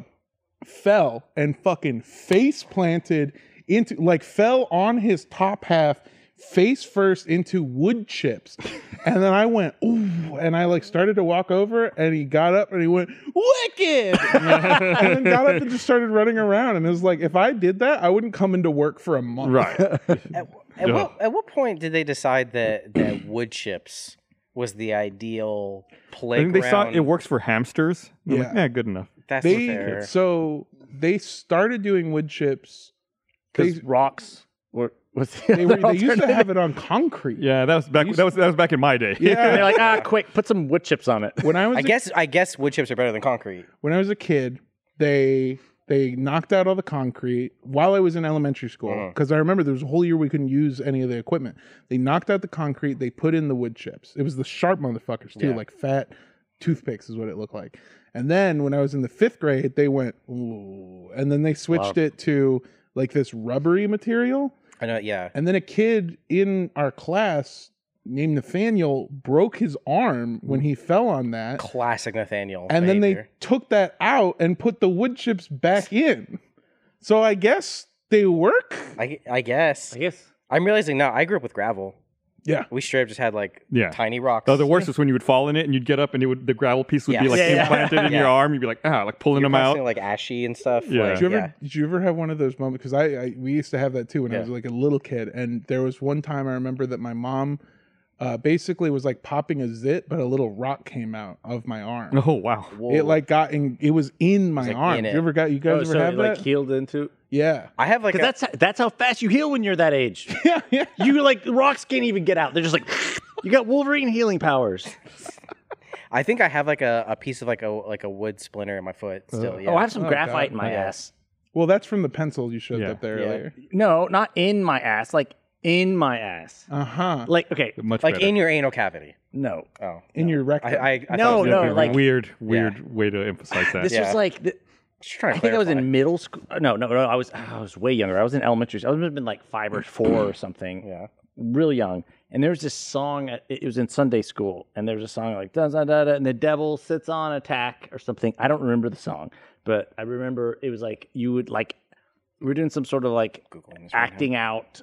fell and fucking face planted into like fell on his top half face first into wood chips [LAUGHS] and then i went ooh and i like started to walk over and he got up and he went wicked [LAUGHS] and then got up and just started running around and it was like if i did that i wouldn't come into work for a [LAUGHS] month Right. At what, at what point did they decide that that [CLEARS THROAT] wood chips was the ideal I think playground? they saw it works for hamsters. Yeah. Yeah. Like, yeah, good enough. That's they fair. so they started doing wood chips because rocks were was the [LAUGHS] They, other were, they used to alternative. have it on concrete. Yeah, that was back. That was that was back in my day. [LAUGHS] And [LAUGHS] Yeah. they're like ah quick put some wood chips on it. When I was I a, guess I guess wood chips are better than concrete. when I was a kid, they they knocked out all the concrete while I was in elementary school because I remember there was a whole year we couldn't use any of the equipment. They knocked out the concrete. They put in the wood chips. It was the sharp motherfuckers too, like fat toothpicks is what it looked like. And then when I was in the fifth grade, they went ooh, and then they switched it to like this rubbery material. I know. Yeah. And then a kid in our class named Nathaniel broke his arm when he fell on that. Classic Nathaniel. And then they behavior. took that out and put the wood chips back in. So I guess they work. I, I guess I guess I'm realizing now I grew up with gravel. Yeah. We straight up just had like Yeah. tiny [LAUGHS] rocks. The, the worst is when you would fall in it and you'd get up and it would the gravel piece would be Yeah. like Yeah, yeah. implanted in [LAUGHS] Yeah. your arm. You'd be like, ah, like pulling You're them out. constantly, like ashy and stuff. Yeah. Like, Did you ever yeah. did you ever have one of those moments? Because I, I we used to have that too when I was like a little kid, and there was one time I remember that my mom uh, basically was like popping a zit, but a little rock came out of my arm. [LAUGHS] oh wow. It like got in. It was in my like, arm. in You it. ever got you guys Oh, ever so have it, like that? healed into. yeah. [LAUGHS] I have like a, Because that's that's how fast you heal when you're that age. yeah, yeah. you like rocks can't even get out. They're just like you got Wolverine healing powers. I think I have like a, a piece of like a like a wood splinter in my foot still. yeah. Oh, I have some Oh, graphite God. in my Yeah. ass. Well, that's from the pencil you showed Yeah. up there Yeah. earlier. No, not in my ass. Like in my ass. Uh huh. Like okay, Much like better. in your anal cavity. no. Oh, In your I, rectum. I, I thought it No, was- no, Yeah, like- weird, weird way to emphasize that. This Yeah. was like the, Just trying I to think I was clarify. in middle school. No, no, no. I was I was way younger. I was in elementary. school. I would have been like five or four or [CLEARS THROAT] something. Yeah. real young. And there was this song. uh, It it was in Sunday school, and there was a song like da da da da, and the devil sits on attack or something. I don't remember the song, but I remember it was like you would like we were doing some sort of like Googling this right now. acting out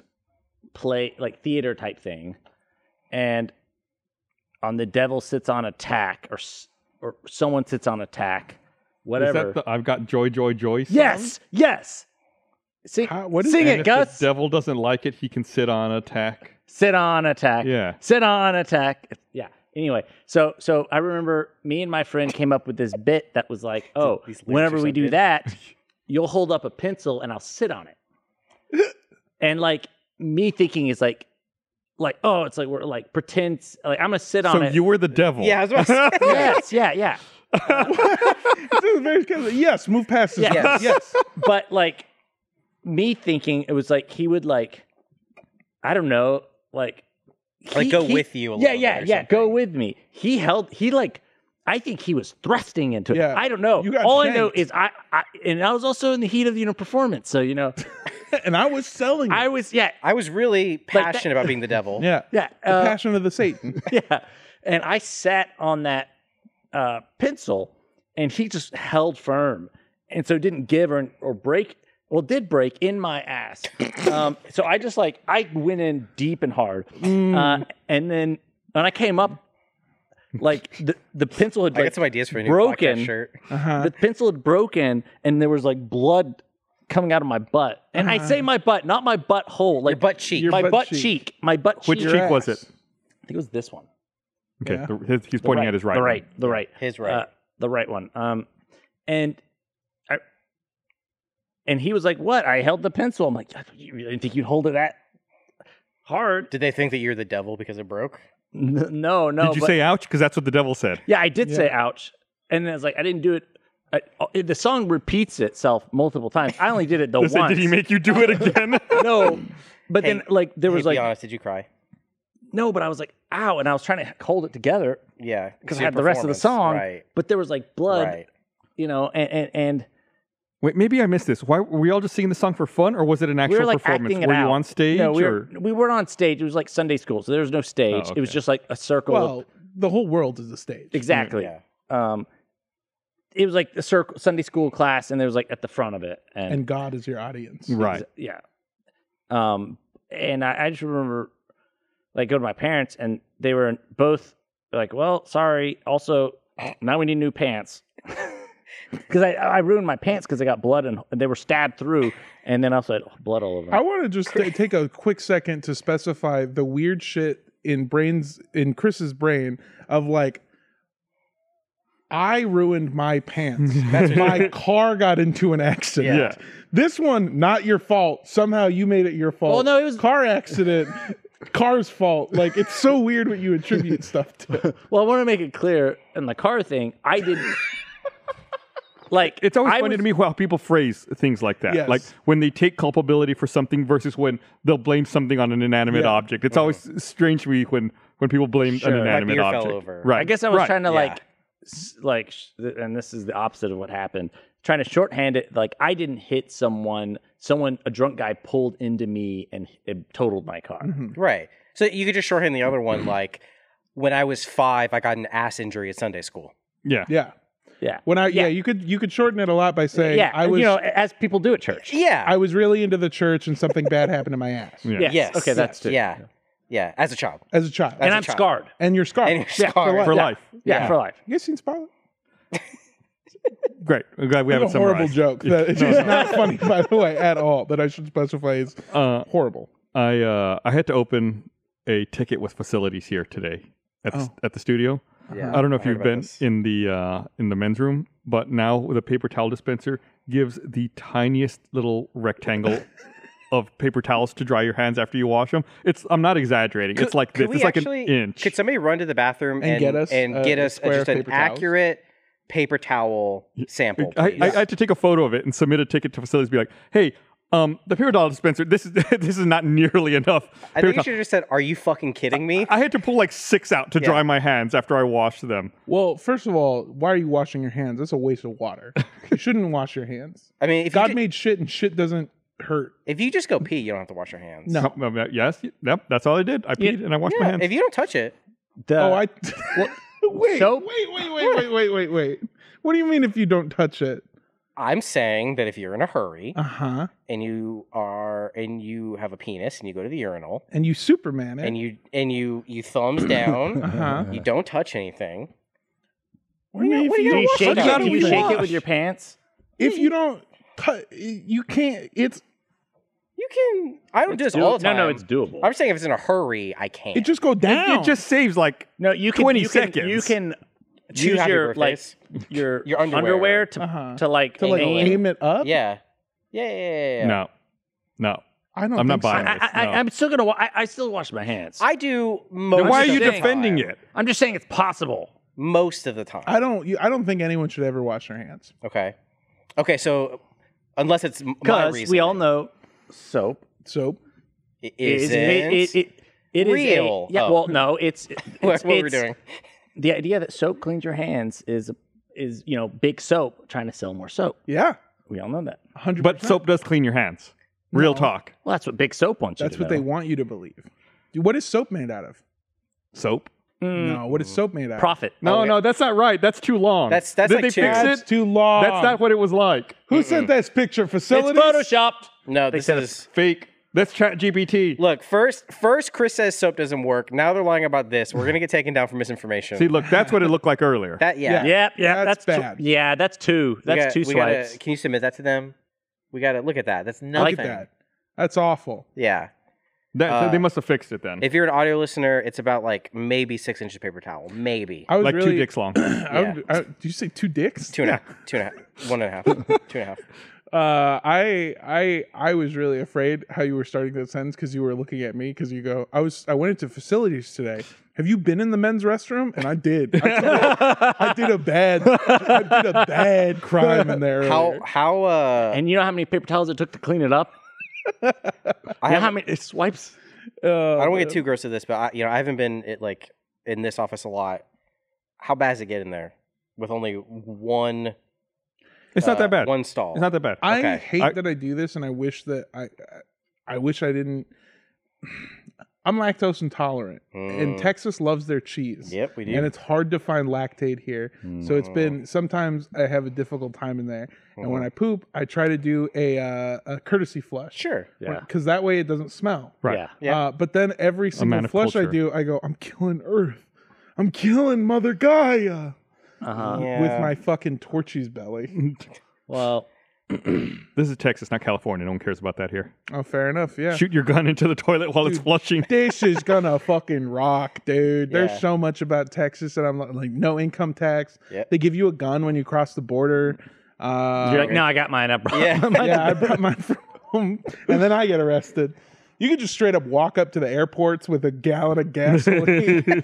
play like theater type thing and on the devil sits on attack or s- or someone sits on attack Is whatever that the I've got joy, joy, joy? Song? yes yes sing, How- what is sing that? And it if gus the devil doesn't like it, he can sit on attack. sit on attack Yeah. sit on attack yeah anyway so so i remember me and my friend came up with this bit that was like oh these lyrics whenever are we so do good. that you'll hold up a pencil and i'll sit on it and like me thinking is like like oh it's like we're like pretend like i'm gonna sit So on it you were the devil. Yeah, I was about [LAUGHS] to say. [LAUGHS] yes yeah yeah This is very kind of- yes, move past this. Yes. [LAUGHS] Yes. yes. but like me thinking it was like he would like i don't know like Like, he- go he- with you a yeah little yeah bit or yeah go something. with me he held he like i think he was thrusting into it Yeah. i don't know You got all i know shanked. is I, I and i was also in the heat of you know performance so you know [LAUGHS] And I was selling. it. i was yeah I was really that- passionate about being the devil. yeah. [LAUGHS] yeah The uh, passion of the [LAUGHS] Satan. yeah. And I sat on that uh, pencil and he just held firm. And so didn't give or, or break, well, did break in [COUGHS] my ass. um, so I just like, I went in deep and hard. Mm. Uh, and then when I came up, like the, the pencil had I like, got some ideas for a new broken. podcast shirt. Uh-huh. the pencil had broken and there was like blood coming out of my butt. And I Uh-huh. say my butt, not my butt hole, like Your butt cheek. Your my butt, butt cheek. cheek. my butt Which cheek. cheek was it? ass. I think it was this one. Okay. Yeah. the- his- he's pointing right, at his right. The one. right, the right. His right. uh, the right one. Um, and I, and he was like, "What?" I held the pencil. I'm like, "You really didn't think you'd hold it that hard?" Did they think that you're the devil because it broke? N- no, no. Did you but- say ouch? Because that's what the devil said. Yeah, I did Yeah. say "ouch," and then I was like, "I didn't do it." I, oh, it- the song repeats itself multiple times. I only did it [LAUGHS] the They said, once. Did he make you do it again? [LAUGHS] no, but then Hey, like there Hey, was be like honest, did you cry? no, but I was like, "Ow!" and I was trying to hold it together Yeah, because I your had the rest of the performance. song. Right. But there was like blood, Right. you know, and and, and Wait, maybe I missed this. Why were we all just singing the song for fun, or was it an actual we were like performance? acting it were out. you on stage? No, we, or? [LAUGHS] were, we weren't on stage. It was like Sunday school, so there was no stage. Oh, It was okay. just like a circle. Well, of, the whole world is a stage. exactly. Yeah. Um, it was like a circle Sunday school class, and there was like at the front of it, and, And God is your audience. right. yeah. Um, and I, I just remember like go to my parents, and they were both like, "Well, sorry." Also, now we need new pants. [LAUGHS] Because I, I ruined my pants because I got blood and they were stabbed through, and then also had blood all over. I them. want to just ta- take a quick second to specify the weird shit in brains in Chris's brain of like I ruined my pants. my car got into an accident. Yeah. This one not your fault. Somehow you made it your fault. Well, no, it was- car accident. car's fault. Like it's so weird what you attribute stuff to. Well, I want to make it clear in the car thing, I didn't. like It's always I funny was- to me how people phrase things like that. Yes. Like when they take culpability for something versus when they'll blame something on an inanimate Yeah. object. It's always strange to me when, when people blame Uh-huh. Sure. an Like inanimate beer fell object. over. Right. I guess I was right. trying to yeah. like, s- like, sh- th- and this is the opposite of what happened. Trying to shorthand it, like I didn't hit someone. Someone, a drunk guy, pulled into me and it totaled my car. Right. So you could just shorthand the other one like, when I was five, I got an ass injury at Sunday school. Yeah. Yeah. Yeah, When I yeah. Yeah. you could you could shorten it a lot by saying yeah. I was you know, as people do at church. Yeah. I was really into the church and something bad happened to my ass. Yeah. Yes. Yes. Okay, that's it. Yeah. Yeah, as a child. as a child, As and a I'm child. scarred. and you're scarred. And you're Yeah, scarred. for life. for life. Yeah, Yeah. for life. You guys seen Spotlight? Great. I'm glad we have It's it a horrible summarized. joke. That, it's just not funny, by the way, at all. That I should specify is Uh, horrible. I uh, I had to open a ticket with facilities here today at the, at the studio. Yeah, I don't know if heard you've about been this. in the uh, in the men's room, but now the paper towel dispenser gives the tiniest little [LAUGHS] rectangle of paper towels to dry your hands after you wash them. It's I'm not exaggerating. it's like Could this. we It's like actually- an inch. Could somebody run to the bathroom And get us and a get us square just of an paper towels? accurate paper towel sample? I, please? I, I had to take a photo of it and submit a ticket to facilities. Be like, hey, um, the paper towel dispenser. This is [LAUGHS] this is not nearly enough. I paper think you towel." should have just said, "Are you fucking kidding me?" I had to pull like six out to dry my hands after I washed them. Well, first of all, why are you washing your hands? That's a waste of water. you shouldn't wash your hands. I mean, if you, God ju- made shit, and shit doesn't hurt. if you just go pee, you don't have to wash your hands. No. Um, um, Yes. Yep. That's all I did. I peed and I washed my Yeah, hands. if you don't touch it, The- oh, I. [LAUGHS] wait, Uh, soap? wait, wait, wait, wait, wait, wait, wait. What do you mean if you don't touch it? I'm saying that if you're in a hurry Uh huh. and you are and you have a penis and you go to the urinal And you Superman it. and you and you you thumbs down, [COUGHS] Uh-huh. you don't touch anything. Or maybe if what do you you don't wash it? touch it, Do if you you shake wash- pants? If you don't, tou- you can't. It's You can. I don't do this Do- all the time. No, no, it's doable. I'm saying if it's in a hurry, I can't. it just go down. it just saves like no, you can. 20 you can- seconds. you can You choose have your like birthdays. your [LAUGHS] Your underwear. to Uh-huh. to like, to like aim. aim it up. Yeah. Yeah, yeah, yeah, yeah. no, no. I don't. I'm not think so. buying I, this. I, no. I, I'm still gonna. Wa- I, I still wash my hands. I, I do most. Why are of you the defending time. it? am just saying it's possible. Most of the time. I don't. you- I don't think anyone should ever wash their hands. Okay. Okay. So, unless it's m- my Because reason, we all know soap Soap. it is it, isn't. [LAUGHS] it, it, it is a- real. yeah. Oh. Well, no, [LAUGHS] it's, what it's what we're it's- doing? The idea that soap cleans your hands is is you know big soap trying to sell more soap. Yeah. We all know that. Hundred. But soap does clean your hands. Real talk. Well, that's what big soap wants you That's to what know. they want you to believe. Dude, What is soap made out of? Soap. Hmm. No. What is soap made out? Profit. No, Okay. no, that's not right. That's too long. That's- that's Did like they two- fix of? it? It's too long. That's not what it was like. Who sent this picture? It's Facilities. photoshopped. No, this said is. Fake. That's Chat GPT. Look, first, first Chris says soap doesn't work. Now they're lying about this. We're gonna get taken down for misinformation. See, look, that's what it looked like earlier. that? Yeah. Yeah. Yep, yeah, That's that's, two- bad. yeah, that's two. We got- That's two we gotta- swipes. can you submit that to them? We gotta look at that. That's Look nothing. at that. That's awful. Yeah. That- Uh, they must have fixed it then. If you're an audio listener, it's about like maybe six inches of paper towel, maybe I was like really, two [CLEARS THROAT] dicks long. [CLEARS THROAT] I would, I, did you say two dicks? two and a half, two and a half, one and a half, two and a half. Uh, I I I was really afraid how you were starting that sentence because you were looking at me because you go I was I went into facilities today. Have you been in the men's restroom? And I did. I, [LAUGHS] did a- I did a bad I did a [LAUGHS] bad crime in there. How earlier. how uh [LAUGHS] and you know how many paper towels it took to clean it up? I You know how haven't- many it swipes? Uh, I don't want to get too gross with this, but I, you know I haven't been at, like in this office a lot. How bad is it getting there with only one? it's not uh, that bad. One stall. It's not that bad. I Okay. hate I- that I do this, and I wish that I, I wish I didn't. I'm lactose intolerant, and Mm. Texas loves their cheese. Yep, we do. Mm. And it's hard to find lactate here, so it's been sometimes I have a difficult time in there. And when I poop, I try to do a uh, a courtesy flush. sure. Yeah. because that way it doesn't smell. Right. Yeah. Yeah. Uh, but then every single man of flush I culture. do, I go, I'm killing Earth. I'm killing Mother Gaia Uh-huh. with my fucking [LAUGHS] torchy's belly. Well, This is Texas, not California. No one cares about that here. oh, fair enough. Yeah. Shoot your gun into the toilet while it's flushing. this is [LAUGHS] gonna fucking rock, dude. Yeah. There's so much about Texas that I'm like, like, no income tax. Yep. They give you a gun when you cross the border. Uh, you're like, no, I got mine up. bro." Yeah. yeah, I brought mine from home, and then I get arrested. You could just straight up walk up to the airports with a gallon of [LAUGHS] gasoline. [LAUGHS]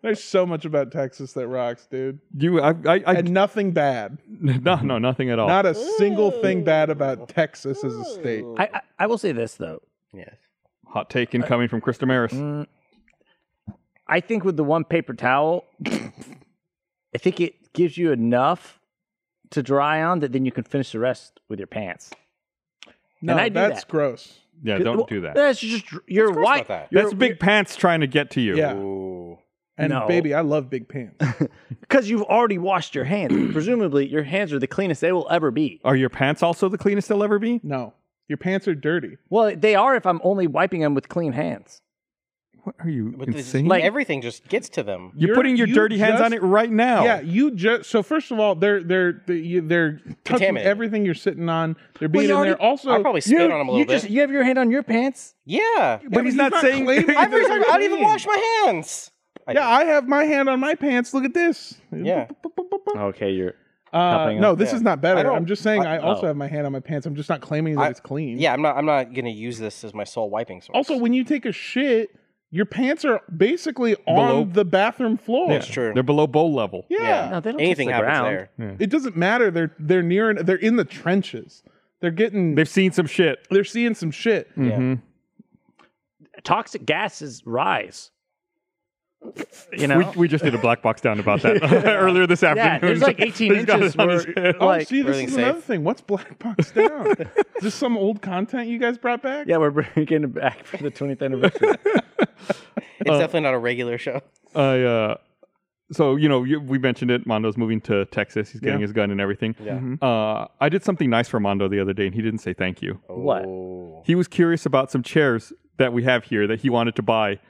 There's so much about Texas that rocks, dude, You, I, I, I and nothing bad. no, no, nothing at all. Not a single thing bad about Texas as a state. [LAUGHS] I, I I will say this though. Yes. Hot take incoming coming from Chris Damaris. Mm. I think with the one paper towel, [COUGHS] I think it gives you enough to dry on that then you can finish the rest with your pants. No, and I do that's that. gross. Yeah, Well, don't do that. That's just you're Of course white. not that. That's big pants trying to get to you. Yeah, Ooh. and No. baby, I love big pants. [LAUGHS] Because you've already washed your hands. Presumably, your hands are the cleanest they will ever be. Are your pants also the cleanest they'll ever be? No, your pants are dirty. Well, they are if I'm only wiping them with clean hands. What are you But this- insane? like everything just gets to them. you're, You're- putting your you dirty hands on just- it right now. Yeah, you just so first of all, they're they're they're, you- they're touching Contaminated. everything you're sitting on. They're being you in there. already- Also, I probably spit you, on them a little you bit. just you have your hand on your pants. yeah, but he's, not, saying. [LAUGHS] claiming I've that already- they're I don't even clean. wash my hands. I Yeah, I have my hand on my pants. Look at this. Yeah. Okay, you're. Uh, Cupping no, up. this Yeah. is not I better. don't- I'm just saying I, I- also oh. have my hand on my pants. I'm just not claiming that I- it's clean. Yeah, I'm not. I'm not gonna use this as my sole wiping source. Also, when you take a shit, your pants are basically Below- on the bathroom floor. Yeah, Yeah. That's true. They're below bowl level. No, they don't touch anything the happens ground. there. It doesn't matter. They're they're near and they're in the trenches. They're getting They've seen some shit. they're seeing some shit. Mhm. Toxic gases rise. You know, We, we just did a black box down about that [LAUGHS] earlier this afternoon. yeah, there's like 18 He's got inches it on his where, head. Oh, like, see, this everything's is another safe. thing. What's Black Box Down? is this some old content you guys brought back? yeah, we're bringing it back for the 20th anniversary. It's definitely not a regular show. I uh, so you know you, we mentioned it. Mondo's moving to Texas. He's getting his gun and everything. Yeah. Uh, I did something nice for Mondo the other day, and he didn't say thank you. What? He was curious about some chairs that we have here that he wanted to buy.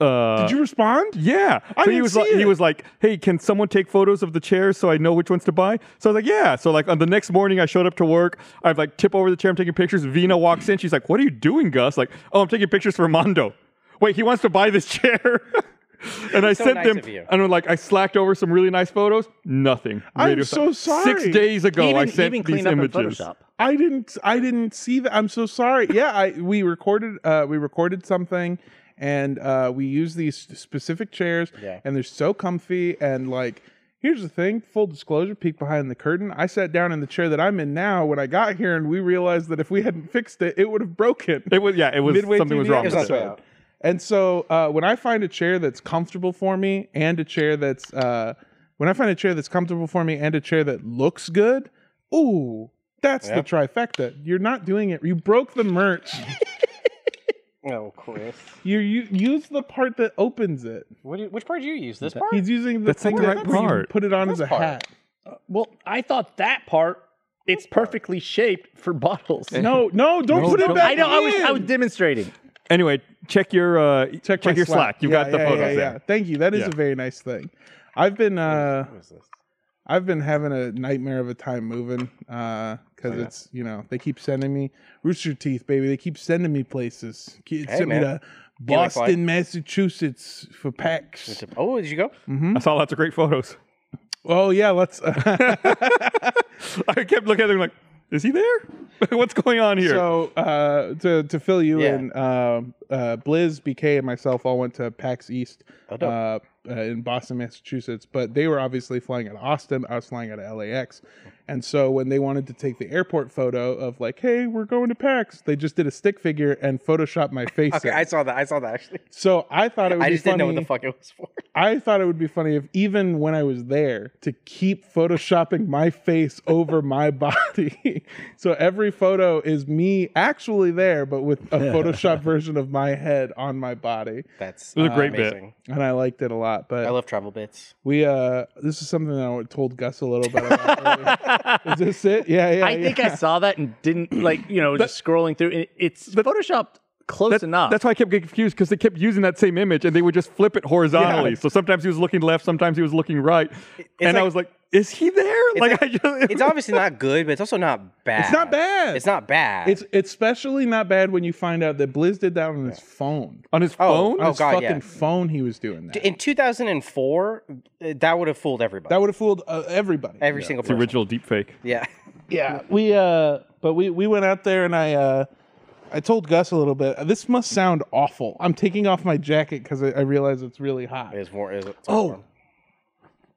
Uh, Did you respond? Yeah. so he didn't was see like, he it. was like, "Hey, can someone take photos of the chairs so I know which ones to buy?" So I was like, "Yeah." So like on the next morning, I showed up to work. I have like tip over the chair. I'm taking pictures. Vina walks in. She's like, "What are you doing, Gus?" Like, "Oh, I'm taking pictures for Mondo." Wait, he wants to buy this [LAUGHS] [LAUGHS] chair. and I So sent nice them, of you. and I'm like, I slacked over some really nice photos. Nothing. I'm Radio so silence. sorry. Six days ago, I even, sent even these clean up in images. Photoshop. I didn't. I didn't see that. I'm so sorry. Yeah, I we recorded. Uh, we recorded something, and uh, we used these specific chairs. Yeah. and they're so comfy. And like, here's the thing. Full disclosure. Peek behind the curtain. I sat down in the chair that I'm in now when I got here, and we realized that if we hadn't fixed it, it would have broken. It was yeah. It was Midway something through was the wrong. With episode. it. episode. And so uh, when I find a chair that's comfortable for me and a chair that's uh, when I find a chair that's comfortable for me and a chair that looks good, ooh, that's the trifecta. You're not doing it. You broke [LAUGHS] the merch. Oh, Chris. you, you use the part that opens it. What do you, which part do you use? This part? He's using the That's thing not the that- right where you part. Put it on This as a part. hat. Well, I thought that part it's perfectly shaped for bottles. No, no, don't No, put it don't- back. I know. I was I in. was demonstrating. Anyway, check your uh, check, Check, [LAUGHS] my your Slack. You Yeah, got the yeah, photos yeah, there. yeah. Thank you. That is Yeah. a very nice thing. I've been uh, I've been having a nightmare of a time moving because it's you know they keep sending me Rooster Teeth baby they keep sending me places. Kids Hey, sent man. me to You like Boston, flight? Massachusetts [LAUGHS] for PAX. Oh, did you go? Mm. I saw lots of great photos. [LAUGHS] Oh yeah, let's. [LAUGHS] I kept looking at him like, is he there? [LAUGHS] What's going on here? so uh, to to fill you Yeah. in, uh, uh, Blizz, BK, and myself all went to PAX East Oh, dope. uh, uh, in Boston, Massachusetts. But they were obviously flying out of Austin. I was flying out of LAX, and so when they wanted to take the airport photo of like, hey, we're going to PAX, they just did a stick figure and photoshopped my [LAUGHS] face. Okay, in. I saw that. I saw that actually. so I thought it would I be just funny. didn't know what the fuck it was for. I thought it would be funny if even when I was there to keep photoshopping my face over my [LAUGHS] body. so every photo is me actually there, but with [LAUGHS] a Photoshop version of my head on my body. That's uh, It was a great bit. amazing. And I liked it a lot. But I love travel bits. we uh this is something that I told Gus a little bit [LAUGHS] about earlier. Is this it? Yeah, yeah. I think yeah. I saw that and didn't like you know just scrolling through. It, it's photoshopped close That- enough. That's why I kept getting confused because they kept using that same image and they would just flip it horizontally. Yeah. So sometimes he was looking left, sometimes he was looking right. and I like- was like, is he there? Like, like- I just, [LAUGHS] It's obviously not good, but it's also not bad. It's not bad. It's not bad. it's it's especially not bad when you find out that Blizz did that on his phone. on his phone. On oh, his God, fucking yeah. phone he was doing that. in 2004, uh, that would have fooled everybody. that would have fooled uh, everybody. Every single it's the person. original deep fake. Yeah. Yeah, we uh, but we we went out there and I uh, I told Gus a little bit. This must sound awful. I'm taking off my jacket because I, I realize it's really hot. It is more. It is, it's Oh. warm.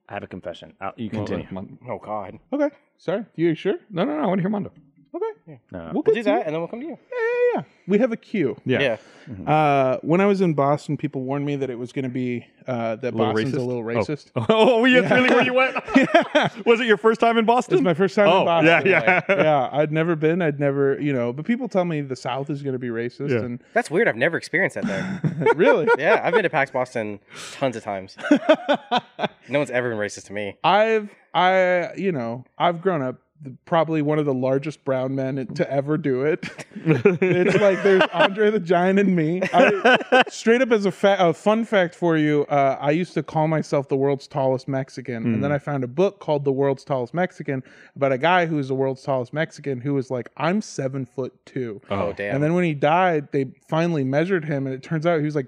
I have a confession. I'll, you continue. Oh, God. Okay, sorry. You sure? No, no, no. I want to hear Mondo. Okay, No. we'll, We'll get do to that it. and then we'll come to [LAUGHS] you. Yeah, yeah, yeah. We have a queue. Yeah. Mm. Yeah. Uh, when I was in Boston, people warned me that it was going to be uh, that little Boston's a racist? little Oh. [LAUGHS] racist. Oh, yeah, that's really where [LAUGHS] you went? [LAUGHS] Was it your first time in Boston? It's my first time oh, in Boston. Yeah, [LAUGHS] yeah. yeah. I'd never been. I'd never, you know. But people tell me the South is going to be racist, Yeah. and That's weird. I've never experienced that there. [LAUGHS] really, yeah. I've been to PAX Boston tons of [LAUGHS] times. no one's ever been racist to me. I've I you know I've grown up the, probably one of the largest brown men to ever do [LAUGHS] it. it's like there's Andre the Giant and me. I, straight up as a, fa- a fun fact for you, uh, I used to call myself the world's tallest Mexican, and Mm. then I found a book called The World's Tallest Mexican about a guy who was the world's tallest Mexican who was like, I'm seven foot two. Oh damn. And then when he died, they finally measured him, and it turns out he was like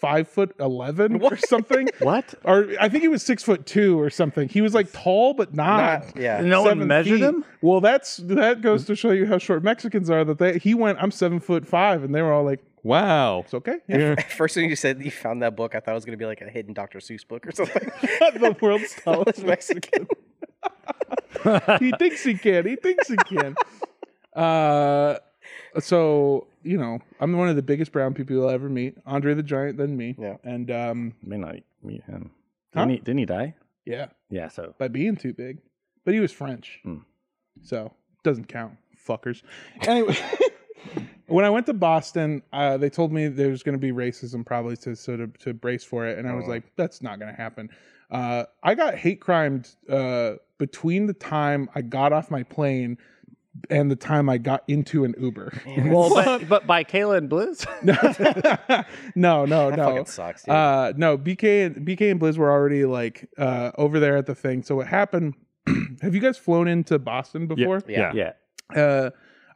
five foot eleven or something. What? Or I think he was six foot two or something. He was like tall, but not. Not- yeah. No one seven measured feet. him? Well, that's that goes to show you how short Mexicans are. That they he went, I'm seven foot five, and they were all like, Wow. "It's okay." First thing you said, you found that book. I thought it was gonna be like a hidden Dr. Seuss book or something. [LAUGHS] [LAUGHS] the world's It's tallest. [LAUGHS] Mexican. [LAUGHS] he thinks he can. He thinks he can. Uh, so you know, I'm one of the biggest brown people you'll ever meet. Andre the Giant, then me. Yeah. And um, May not meet him. Didn't, Huh? he, didn't he die? yeah. Yeah, so. by being too big, but he was French, Hmm. so doesn't count, fuckers. Anyway, [LAUGHS] when I went to Boston, uh, they told me there was going to be racism probably to sort of to brace for it, and I was like, that's not going to happen. Uh, I got hate crimed uh, between the time I got off my plane and the time I got into an Uber. Well, but, but by Kayla and [LAUGHS] Blizz? no, no, That no. fucking sucks, dude. Uh, no, BK and BK and Blizz were already like uh, over there at the thing. So what happened? [CLEARS THROAT] have you guys flown into Boston before? yeah. yeah. Uh,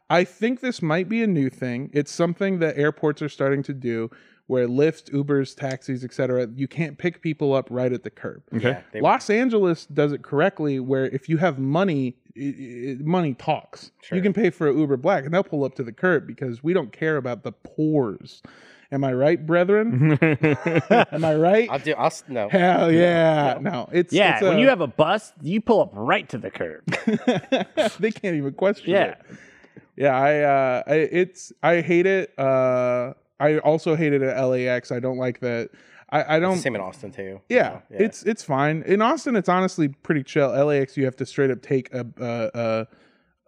I think this might be a new thing. It's something that airports are starting to do, where Lyft, Ubers, taxis, etc. You can't pick people up right at the curb. Okay. They- Los Angeles does it correctly, where if you have money, i i money talks. You can pay for a Uber Black, and they'll pull up to the curb because we don't care about the poors. Am I right, brethren? Am I right? I'll do. I'll s- no. Hell yeah! No, it's Yeah, it's uh, when a- you have a bus, you pull up right to the curb. [LAUGHS] they can't even question Yeah. it. Yeah, I, uh, I it's I hate it. Uh, I also hate it at LAX. I don't like that. I, I don't. Same in Austin too. yeah, yeah. it's it's fine. In Austin, it's honestly pretty chill. LAX, you have to straight up take a a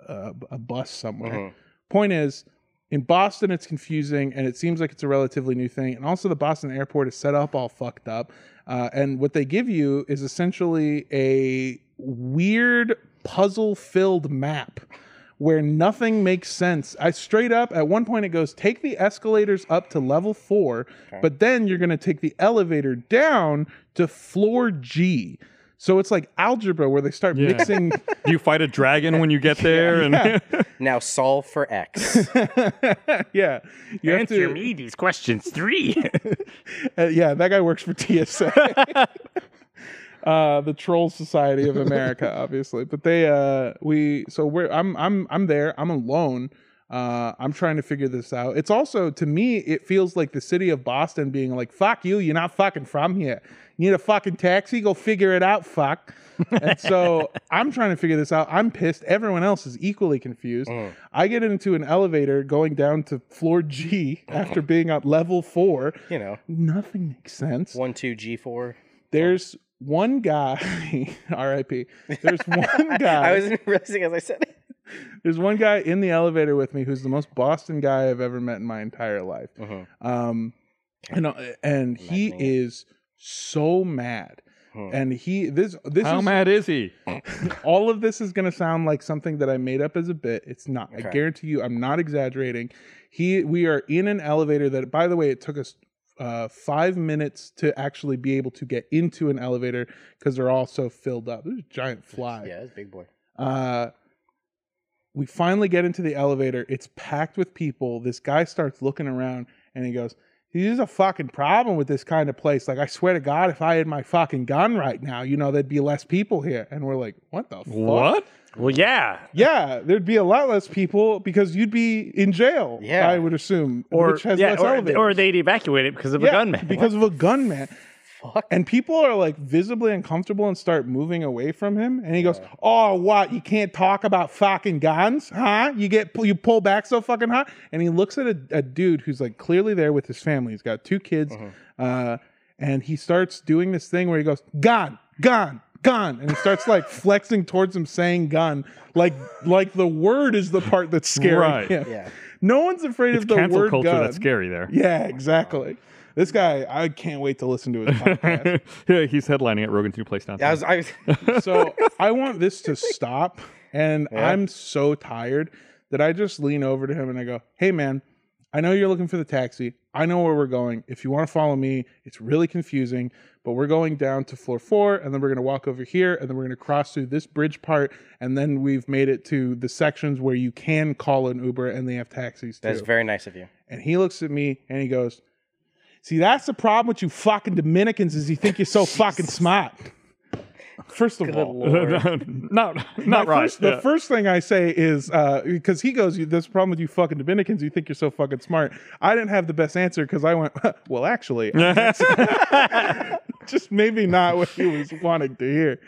a, a, a bus somewhere. Point is. In Boston, it's confusing, and it seems like it's a relatively new thing. And also, the Boston airport is set up all fucked up. Uh, and what they give you is essentially a weird puzzle-filled map where nothing makes sense. I straight up at one point it goes take the escalators up to level 4, but then you're going to take the elevator down to floor G. So it's like algebra where they start mixing [LAUGHS] Do you fight a dragon when you get there? And Now solve for [LAUGHS] X. yeah. You have Answer to me these questions [LAUGHS] three. uh, yeah, that guy works for TSA. Uh, the Troll Society of America, obviously, but they, uh, we, so we're, I'm, I'm, I'm there. I'm alone. Uh, I'm trying to figure this out. It's also to me, it feels like the city of Boston being like, "Fuck you, you're not fucking from here. You need a fucking taxi. Go figure it out, fuck." and so I'm trying to figure this out. I'm pissed. Everyone else is equally confused. I get into an elevator going down to floor G after being at level four you know, nothing makes sense. one two G four. There's one guy, [LAUGHS] R.I.P. [LAUGHS] There's one guy. I [LAUGHS] wasn't realizing as I said it. there's one guy in the elevator with me who's the most Boston guy I've ever met in my entire life. Mhm. Um, and and he Imagining is so mad. Hmm. And he this [LAUGHS] this how is mad is he? all of this is going to sound like something that I made up as a bit. It's not. I Okay. guarantee you, I'm not exaggerating. He, we are in an elevator that, by the way, it took us uh, five minutes to actually be able to get into an elevator because they're all so filled up. There's a giant fly. Yeah, it's big boy. Uh, we finally get into the elevator. It's packed with people. This guy starts looking around and he goes, There's a fucking problem with this kind of place. Like, I swear to God, if I had my fucking gun right now, you know, there'd be less people here. And we're like, What the fuck? What? well, yeah. Yeah, there'd be a lot less people because you'd be in jail, Yeah. I would assume. Or, which has yeah, less or, elevators. or they'd evacuate it because of a Yeah, gunman. Because of a gunman. And people are like visibly uncomfortable and start moving away from him. And he goes, "Oh, what? You can't talk about fucking guns, huh? You get you pull back so fucking hot." And he looks at a, a dude who's like clearly there with his family. He's got two kids, uh, and he starts doing this thing where he goes, "Gun, gun, gun," and he starts like flexing towards him, saying "gun," like like the word is the part that's scary. Right. Yeah. No one's afraid It's of the cancel word culture gun. that's scary [LAUGHS] there. Yeah, exactly. This guy, I can't wait to listen to his podcast. [LAUGHS] [LAUGHS] [LAUGHS] yeah, he's headlining at Rogan's new place downtown. I was. I was. so I want this to stop. And Yeah. I'm so tired that I just lean over to him and I go, Hey, man, I know you're looking for the taxi. I know where we're going. If you want to follow me, it's really confusing, but we're going down to floor four and then we're going to walk over here and then we're going to cross through this bridge part. And then we've made it to the sections where you can call an Uber and they have taxis too. That's very nice of you. And he looks at me and he goes, See, that's the problem with you fucking Dominicans is you think [LAUGHS] you're so fucking smart. First of all, [LAUGHS] not my not right. first- the yeah. [LAUGHS] first thing I say is because he goes, "You- "This problem with you fucking Dominicans. You think you're so fucking smart." I didn't have the best answer because I went, [LAUGHS] "Well, actually, [LAUGHS] just maybe not what he was wanting to hear."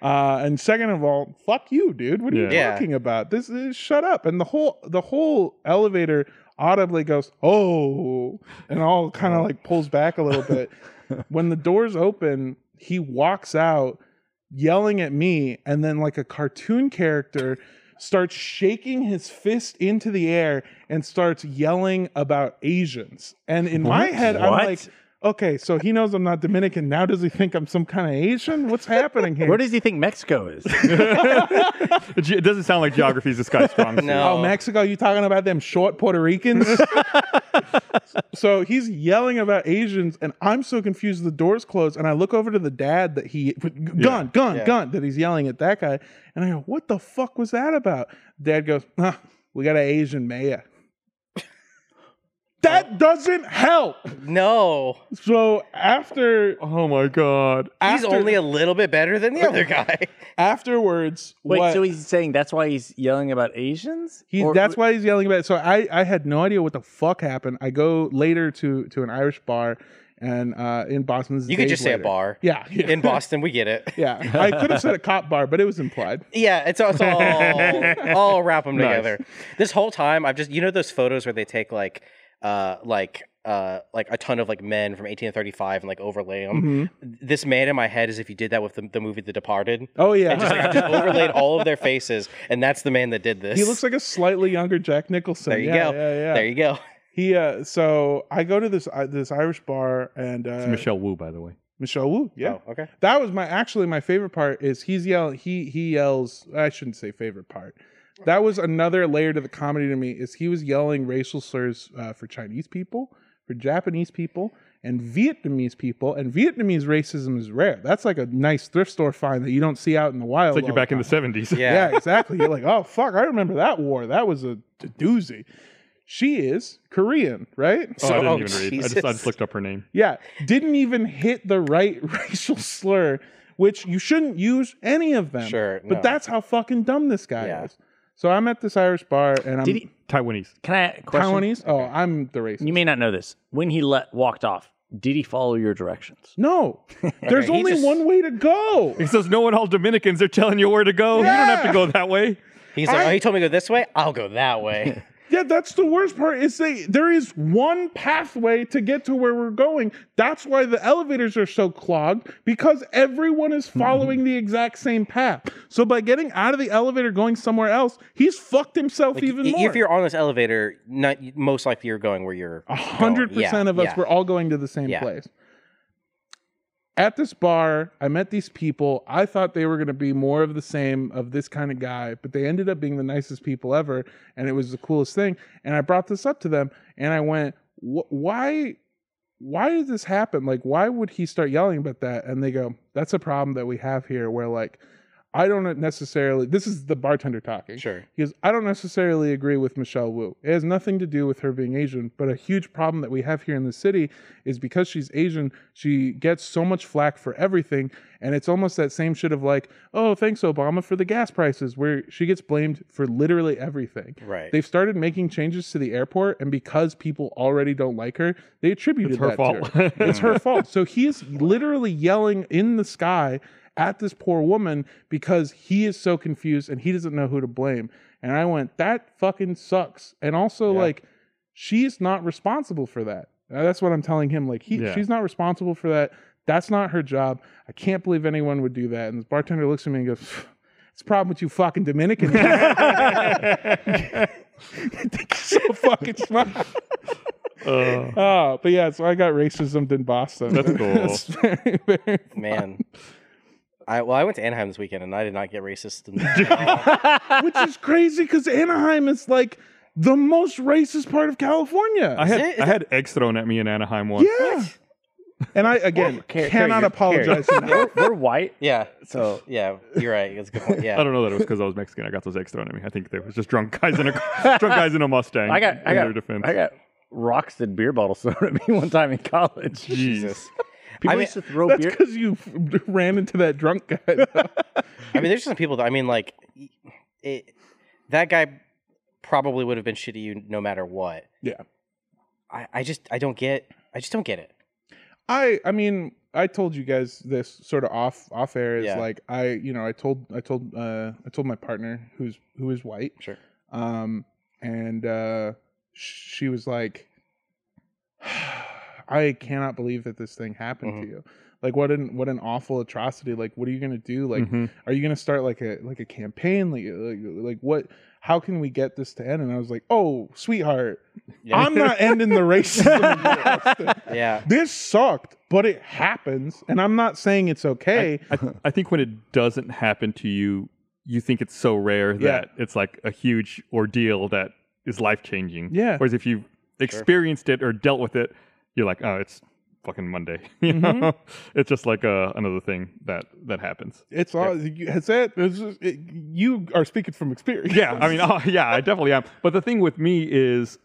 Uh, and second of all, fuck you, dude. What are you Yeah. Yeah. talking about? This is shut up. And the whole the whole elevator audibly goes, "Oh," and all kind of like pulls back a little bit. when the doors open, he walks out yelling at me, and then like a cartoon character starts shaking his fist into the air and starts yelling about Asians. And in my head, I'm What? like, okay, so he knows I'm not Dominican. Now does he think I'm some kind of Asian? What's happening here? [LAUGHS] Where does he think Mexico [LAUGHS] is? Ge- it doesn't sound like geography is this guy's [LAUGHS] strong suit. No. Oh, Mexico, you talking about them short Puerto Ricans? so he's yelling about Asians, and I'm so confused. The doors closed, and I look over to the dad that he gun, gun, Yeah. gun that he's yelling at that guy, and I go, "What the fuck was that about?" Dad goes, "Huh, "We got an Asian mayor." that doesn't help. No, So after Oh my god. he's after- only a little bit better than the other guy. [LAUGHS] afterwards, Wait, what- so he's saying that's why he's yelling about Asians? He, Or- that's why he's yelling about it. So I, I had no idea what the fuck happened. I go later to to an Irish bar and uh, in Boston. this is You could days just say later. a bar. Yeah. yeah. [LAUGHS] In Boston, we get [LAUGHS] it. yeah. I could have said a cop bar, but it [LAUGHS] was implied. Yeah, it's, it's [LAUGHS] all all wrap them Nice. together. This whole time, I've just you know those photos where they take like uh like uh like a ton of like men from 18 to 35 and like overlay them. Mm-hmm. This man in my head is if you did that with the, the movie The [LAUGHS] Departed. Oh yeah. Just, like, I just overlaid all of their faces, and that's the man that did this. he looks like a slightly younger Jack Nicholson. There you yeah, go. Yeah, yeah. There you go. he uh, so I go to this uh, this Irish bar and uh, It's Michelle Wu, by the way. Michelle Wu. Yeah. Oh, okay. That was my actually my favorite part is he's yelling he he yells I shouldn't say favorite part. That was another layer to the comedy to me is he was yelling racial slurs uh, for Chinese people, for Japanese people, and Vietnamese people. And Vietnamese racism is rare. That's like a nice thrift store find that you don't see out in the wild. It's like you're all the back in the time. 70s. Yeah. Yeah, exactly. You're like, oh fuck, I remember that war. That was a doozy. She is Korean, Oh, [LAUGHS] I right? didn't So- even oh, read. I just, I Jesus. just looked up her name. Yeah, didn't even hit the right [LAUGHS] racial slur, which you shouldn't use any of them. Sure, But no. that's how fucking dumb this guy Yeah. is. So I'm at this Irish bar and I'm Did he, Taiwanese. can I question? Taiwanese. Oh, I'm the racist. You may not know this. When he let walked off, did he follow your directions? no, [LAUGHS] there's he only just- one way to go. He says, [LAUGHS] knowing all Dominicans, they're telling you where to go. You don't have to go that way. He's like, I- oh, he told me to go this way. I'll go that way. Yeah, [LAUGHS] that's the worst part. Is they there is one pathway to get to where we're going. That's why the elevators are so clogged because everyone is [LAUGHS] following the exact same path. So by getting out of the elevator, going somewhere else, he's fucked himself Like, even i- more. If you're on this elevator, not most likely you're going where you're. A hundred going. Yeah, percent of us yeah. were all going to the same Yeah. place. At this bar, I met these people. I thought they were going to be more of the same of this kind of guy, but they ended up being the nicest people ever, and it was the coolest thing. And I brought this up to them, and I went, "Wh- "Why, why did this happen? Like, why would he start yelling about that?" And they go, "That's a problem that we have here, where like, I don't necessarily. This is the bartender talking. Sure. He goes, I don't necessarily agree with Michelle Wu. It has nothing to do with her being Asian, but a huge problem that we have here in the city is because she's Asian, she gets so much flack for everything. And it's almost that same shit of like, oh, thanks, Obama, for the gas prices, where she gets blamed for literally everything. Right. They've started making changes to the airport, and because people already don't like her, they attributed It's her that fault. [LAUGHS] to her it's her fault. So he is literally yelling in the sky at this poor woman because he is so confused and he doesn't know who to blame. And I went, that fucking sucks. And also, like, she's not responsible for that. Uh, That's what I'm telling him. Like, he, Yeah. she's not responsible for that. That's not her job. I can't believe anyone would do that. And this bartender looks at me and goes, "It's a problem with you fucking Dominicans." You think you're [LAUGHS] so fucking smart. Uh, [LAUGHS] Oh, but yeah, so I got racism in Boston. That's cool. That's very, very Man, I well, I went to Anaheim this weekend and I did not get racist. In [LAUGHS] which is crazy because Anaheim is like the most racist part of California. I had it? Is I had eggs thrown at me in Anaheim once. yeah. And I again Carrie, Carrie, cannot you're- apologize enough. We're, we're white, yeah, so yeah, you're right. That's a [LAUGHS] good point. Yeah, I don't know that it was because I was Mexican. I got those eggs thrown at me. I think there was just drunk guys in a drunk guys in a Mustang. I got in I their got defense. I got rocks and beer bottles thrown at me one time in college. Jesus. People I mean- used to throw [LAUGHS] That's beer. because you [LAUGHS] f- ran into that drunk guy. I mean, there's some people that I mean, like, it, that guy probably would have been shitty to you no matter what. Yeah. I, I just I don't get I just don't get it. I I mean I told you guys this sort of off off air is Yeah. like I you know I told I told uh I told my partner who's who is white Sure. um and uh she was like [SIGHS] I cannot believe that this thing happened Mm-hmm. to you like what an what an awful atrocity like what are you gonna do like Mm-hmm. Mhm. are you going to start like a like a campaign like, like like what how can we get this to end and i was like oh sweetheart Yeah. i'm [LAUGHS] not ending [LAUGHS] the racism in your house. Yeah. this sucked but it happens and i'm not saying it's okay I, I think when it doesn't happen to you, you think it's so rare Yeah. that it's like a huge ordeal that is life changing. Yeah. Whereas if you experienced it or dealt with it, you're like, oh, it's fucking Monday. [LAUGHS] you know? It's just like uh, another thing that that happens. it's all you- has that it's just- it- you are speaking from [LAUGHS] experience Yeah, I mean, oh, yeah, I definitely am. But the thing with me is,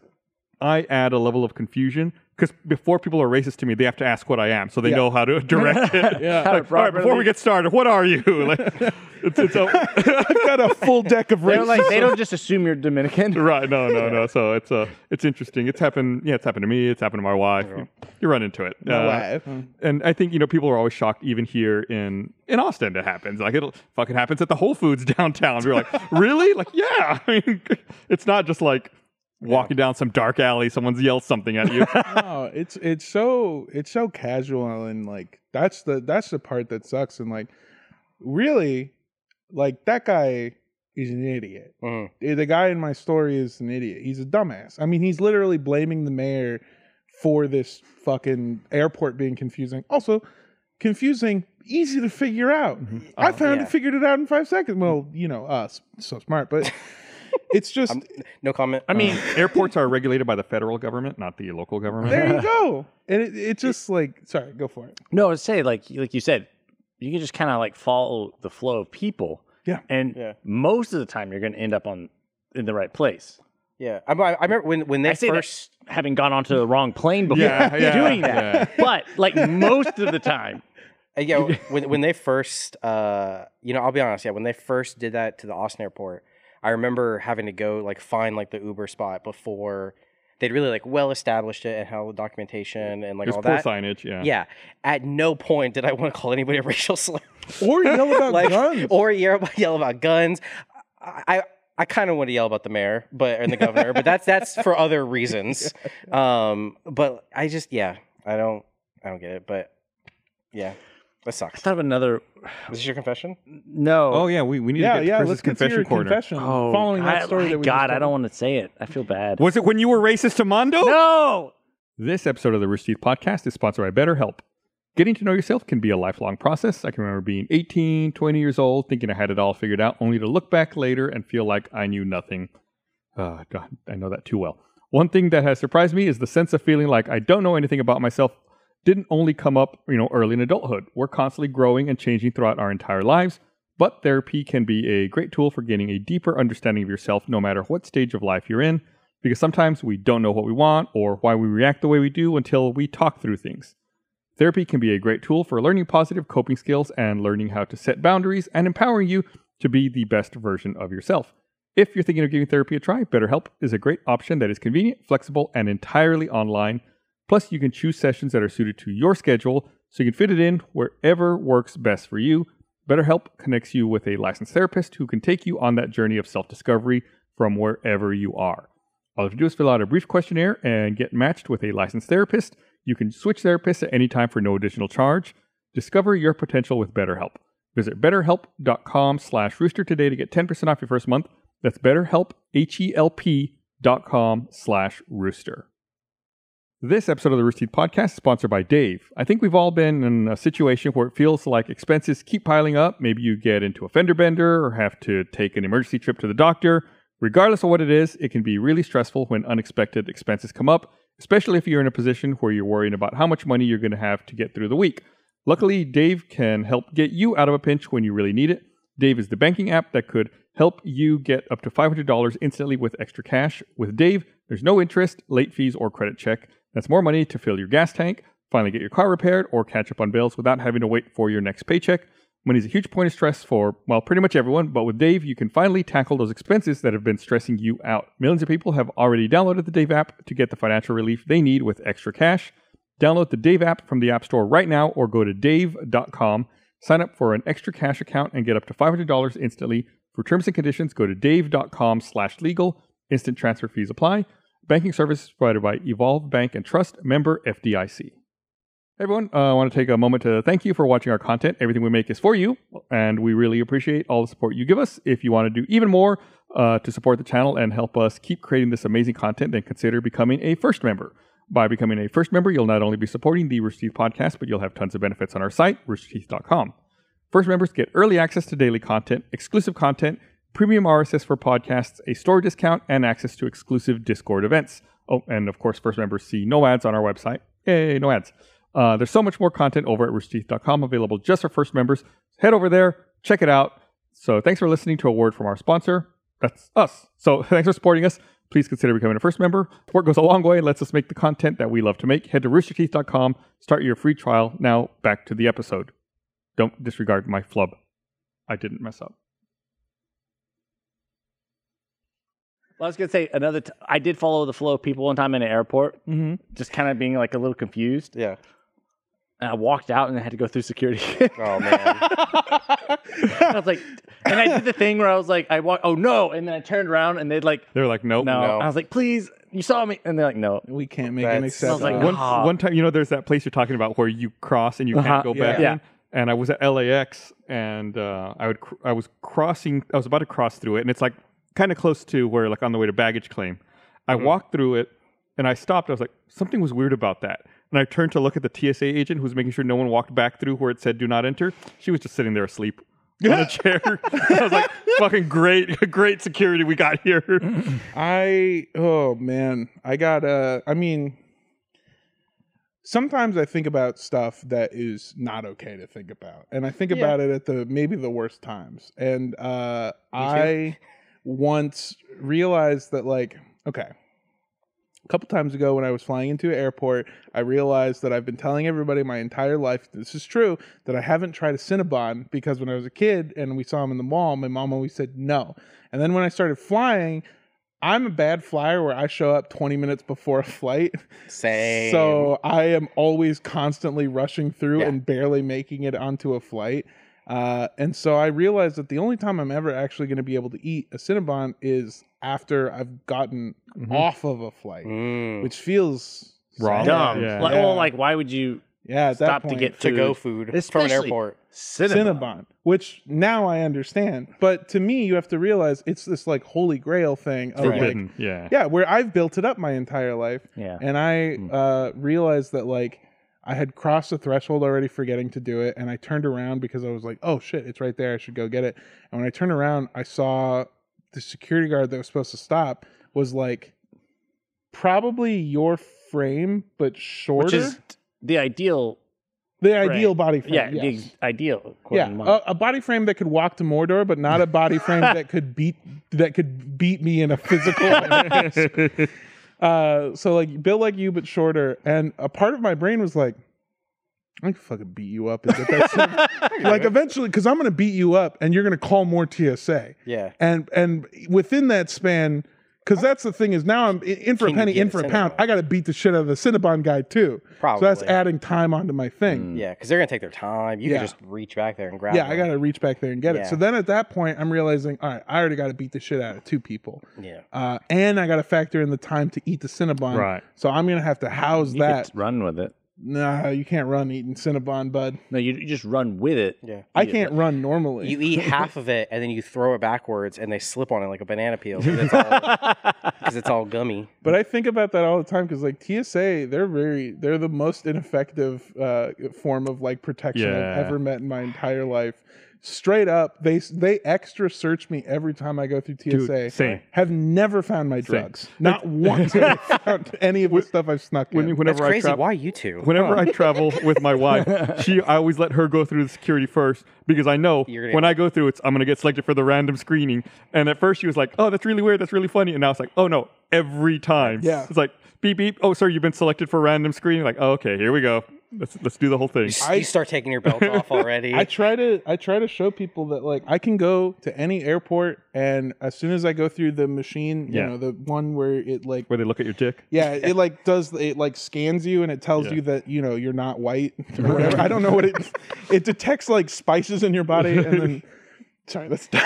I add a level of confusion because before people are racist to me, they have to ask what I am, so they know how to direct it. How to Like, all right, before properly- we get started, what are you? [LAUGHS] Like, it's, it's a, i've got a full deck [LAUGHS] [LAUGHS] of they're racism like they don't just assume you're Dominican. right? No, no, no. So it's uh, it's interesting. It's happened. Yeah, it's happened to me. It's happened to my wife. You, you run into it. Uh, wife. And I think you know people are always shocked, even here in in Austin. It happens. Like it fucking happens at the Whole Foods [LAUGHS] downtown. We're [LAUGHS] like, really? Like, yeah. I mean, [LAUGHS] it's not just like walking down some dark alley. Someone's yelled something at [LAUGHS] you. no, it's it's so it's so casual and like that's the that's the part that sucks and like really like that guy is an idiot. Mhm. Eh, The guy in my story is an idiot. He's a dumbass. I mean, he's literally blaming the mayor for this fucking airport being confusing. Also, confusing, easy to figure out. I found yeah. it figured it out in 5 seconds. Well, you know, us so smart, [LAUGHS] but it's just No comment. I mean, [LAUGHS] airports are regulated by the federal government, not the local government. there you [LAUGHS] go. And it, it just like sorry, go for it. No, I would say like like you said, you can just kind of like follow the flow of people. Yeah. and Yeah. most of the time you're going to end up on in the right place. yeah. I, I I remember when when they I say first first having gone onto the wrong plane before [LAUGHS] Yeah, yeah, doing that, but like most of the time, Uh, yeah, when when they first, uh, you know, I'll be honest. Yeah, when they first did that to the Austin airport, I remember having to go like find like the Uber spot before they'd really like well established it and how the documentation and [LAUGHS] like There's all poor that. signage. Yeah. Yeah, at no point did I want to call anybody a racial slur Or yell [LAUGHS] about like guns. [LAUGHS] or yell about, yell about guns. I I, I kind of want to yell about the mayor, but and the governor, but that's that's for other [LAUGHS] reasons. Um, but I just yeah, I don't I don't get it. But yeah, that [LAUGHS] I sucks. thought of another. Is this your confession? No, Oh yeah, we, we need yeah, to get to yeah. Chris's Let's get to confession your corner. confession. Oh, following I- that story my that we just God, I told. don't want to say it. I feel bad. Was it when you were racist to Mondo? No. This episode of the Rooster Teeth podcast is sponsored by BetterHelp. Getting to know yourself can be a lifelong process. I can remember being 18, 20 years old, thinking I had it all figured out, only to look back later and feel like I knew nothing. Ah, God, I know that too well. One thing that has surprised me is the sense of feeling like I don't know anything about myself didn't only come up, you know, early in adulthood. We're constantly growing and changing throughout our entire lives, but therapy can be a great tool for gaining a deeper understanding of yourself no matter what stage of life you're in, because sometimes we don't know what we want or why we react the way we do until we talk through things. Therapy can be a great tool for learning positive coping skills and learning how to set boundaries and empowering you to be the best version of yourself. If you're thinking of giving therapy a try, BetterHelp is a great option that is convenient, flexible, and entirely online. Plus, you can choose sessions that are suited to your schedule so you can fit it in wherever works best for you. BetterHelp connects you with a licensed therapist who can take you on that journey of self discovery from wherever you are. All you have to do is fill out a brief questionnaire and get matched with a licensed therapist. You can switch therapists at any time for no additional charge. Discover your potential with BetterHelp. Visit betterhelp.com slash rooster today to get 10% off your first month. E That's betterhelp, H-E-L-P dot com slash rooster. This episode of the Rooster Teeth Podcast is sponsored by Dave. I think we've all been in a situation where it feels like expenses keep piling up. Maybe you get into a fender bender or have to take an emergency trip to the doctor. Regardless of what it is, it can be really stressful when unexpected expenses come up, especially if you're in a position where you're worrying about how much money you're going to have to get through the week. Luckily, Dave can help get you out of a pinch when you really need it. Dave is the banking app that could help you get up to $500 instantly with extra cash. With Dave, there's no interest, late fees, or credit check. That's more money to fill your gas tank, finally get your car repaired, or catch up on bills without having to wait for your next paycheck. Money's a huge point of stress for, well, pretty much everyone, but with Dave, you can finally tackle those expenses that have been stressing you out. Millions of people have already downloaded the Dave app to get the financial relief they need with extra cash. Download the Dave app from the App Store right now or go to dave.com. Sign up for an extra cash account and get up to $500 instantly. For terms and conditions, go to dave.com slash legal. Instant transfer fees apply. Banking services provided by Evolve Bank and Trust, member FDIC. Hey everyone, uh, I want to take a moment to thank you for watching our content. Everything we make is for you, and we really appreciate all the support you give us. If you want to do even more uh, to support the channel and help us keep creating this amazing content, then consider becoming a first member. By becoming a first member, you'll not only be supporting the Rooster Teeth podcast, but you'll have tons of benefits on our site, roosterteeth.com. First members get early access to daily content, exclusive content, premium RSS for podcasts, a store discount, and access to exclusive Discord events. Oh, and of course, first members see no ads on our website. Yay, no ads. Uh, there's so much more content over at roosterteeth.com available just for first members. Head over there, check it out. So thanks for listening to a word from our sponsor. That's us. So [LAUGHS] thanks for supporting us. Please consider becoming a first member. Support goes a long way and lets us make the content that we love to make. Head to roosterteeth.com, start your free trial. Now back to the episode. Don't disregard my flub. I didn't mess up. Well, I was gonna say another. T- I did follow the flow of people one time in an airport, Mm-hmm. just kind of being like a little confused. Yeah. And I walked out and I had to go through security. [LAUGHS] Oh man. [LAUGHS] I was like, and I did the thing where I was like, I walk. Oh no! And then I turned around and they'd like, They were like, nope. no. No. I was like, please, you saw me, and they're like, no. We can't make an That's- I exception. was like, Uh-huh. One, Ah. one time, you know, there's that place you're talking about where you cross and you Uh-huh, can't go back yeah. in. And I was at LAX, and uh, I would cr- I was crossing, I was about to cross through it, and it's like kind of close to where like on the way to baggage claim. I walked through it, and I stopped. I was like, something was weird about that. And I turned to look at the TSA agent who was making sure no one walked back through where it said "Do not enter." She was just sitting there asleep on a chair. [LAUGHS] I was like, "Fucking great, [LAUGHS] great security we got here." I oh man, I got uh I mean sometimes I think about stuff that is not okay to think about. And I think about it at the maybe the worst times. And uh I once realized that like okay, a couple times ago when I was flying into an airport, I realized that I've been telling everybody my entire life this is true that I haven't tried a Cinnabon because when I was a kid and we saw them in the mall, my mom always said no. And then when I started flying, I'm a bad flyer where I show up 20 minutes before a flight. Same. So I am always constantly rushing through Yeah. and barely making it onto a flight. Uh, and so I realized that the only time I'm ever actually going to be able to eat a Cinnabon is after I've gotten Mm-hmm. off of a flight, Mm. which feels Wrong. sad. Dumb. Yeah. Like, Well, like, why would you Yeah, at that stop to point, get to go food? food from an Especially- airport. Cinnabon. which now I understand. But to me, you have to realize it's this like holy grail thing of like Forbidden. yeah. yeah where i've built it up my entire life Yeah. Hmm. and i uh, realized that like i had crossed the threshold already for getting to do it and i turned around because i was like oh shit it's right there i should go get it and when i turned around i saw the security guard that was supposed to stop was like probably your frame but shorter Which is the ideal. the ideal body frame Yeah, Uh, yes. the ideal. yeah, oh, according to mine. a, a body frame that could walk to Mordor, but not a body frame that could beat that could beat me in a physical. [LAUGHS] uh, so like built like you but shorter, and a part of my brain was like, I can fucking beat you up and get that. [LAUGHS] shit." like eventually, because I'm gonna beat you up, and you're gonna call more TSA, Yeah. and and within that span. Because that's the thing is now I'm in, in for Can you a penny, get in a for a pound. Cinnabon? I got to beat the shit out of the Cinnabon guy too. So that's Probably. adding time onto my thing. Yeah, because they're gonna take their time. You Yeah. can just reach back there and grab. Yeah, I one. gotta reach back there and get it. So Yeah. then at that point, I'm realizing, all right, I already gotta beat the shit out of two people, Yeah. uh, and I gotta factor in the time to eat the Cinnabon. Right. So I'm gonna have to house you that. could run with it. Nah, you can't run eating Cinnabon, bud. No, you, you just run with it. Yeah. I can't run normally. You eat half of it and then you throw it backwards and they slip on it like a banana peel because it's, all- 'cause it's all gummy. but I think about that all the time because like TSA, they're very they're the most ineffective uh, form of like protection I've Yeah. ever met in my entire life. Straight up, they they extra search me every time I go through TSA. same. Have never found my drugs. Not once have [LAUGHS] I found any of the stuff I've snuck When, in. whenever That's crazy. I tra- Why you two? Whenever I travel with my wife, she I always let her go through the security first because I know You're gonna- when I go through it's I'm gonna get selected for the random screening. And at first she was like, "Oh, that's really weird. That's really funny." And now it's like, "Oh no!" Every time, Yeah. it's like beep beep. Oh, sir, you've been selected for random screening. Like, oh, okay, here we go. Let's let's do the whole thing. you start taking your belt [LAUGHS] off already. I try to I try to show people that like I can go to any airport and as soon as I go through the machine, Yeah. you know, the one where it like Where they look at your dick. yeah, it like does it like scans you and it tells Yeah. you that you know you're not white or whatever. I don't know what it it detects like spices in your body and then sorry that's [LAUGHS] dumb.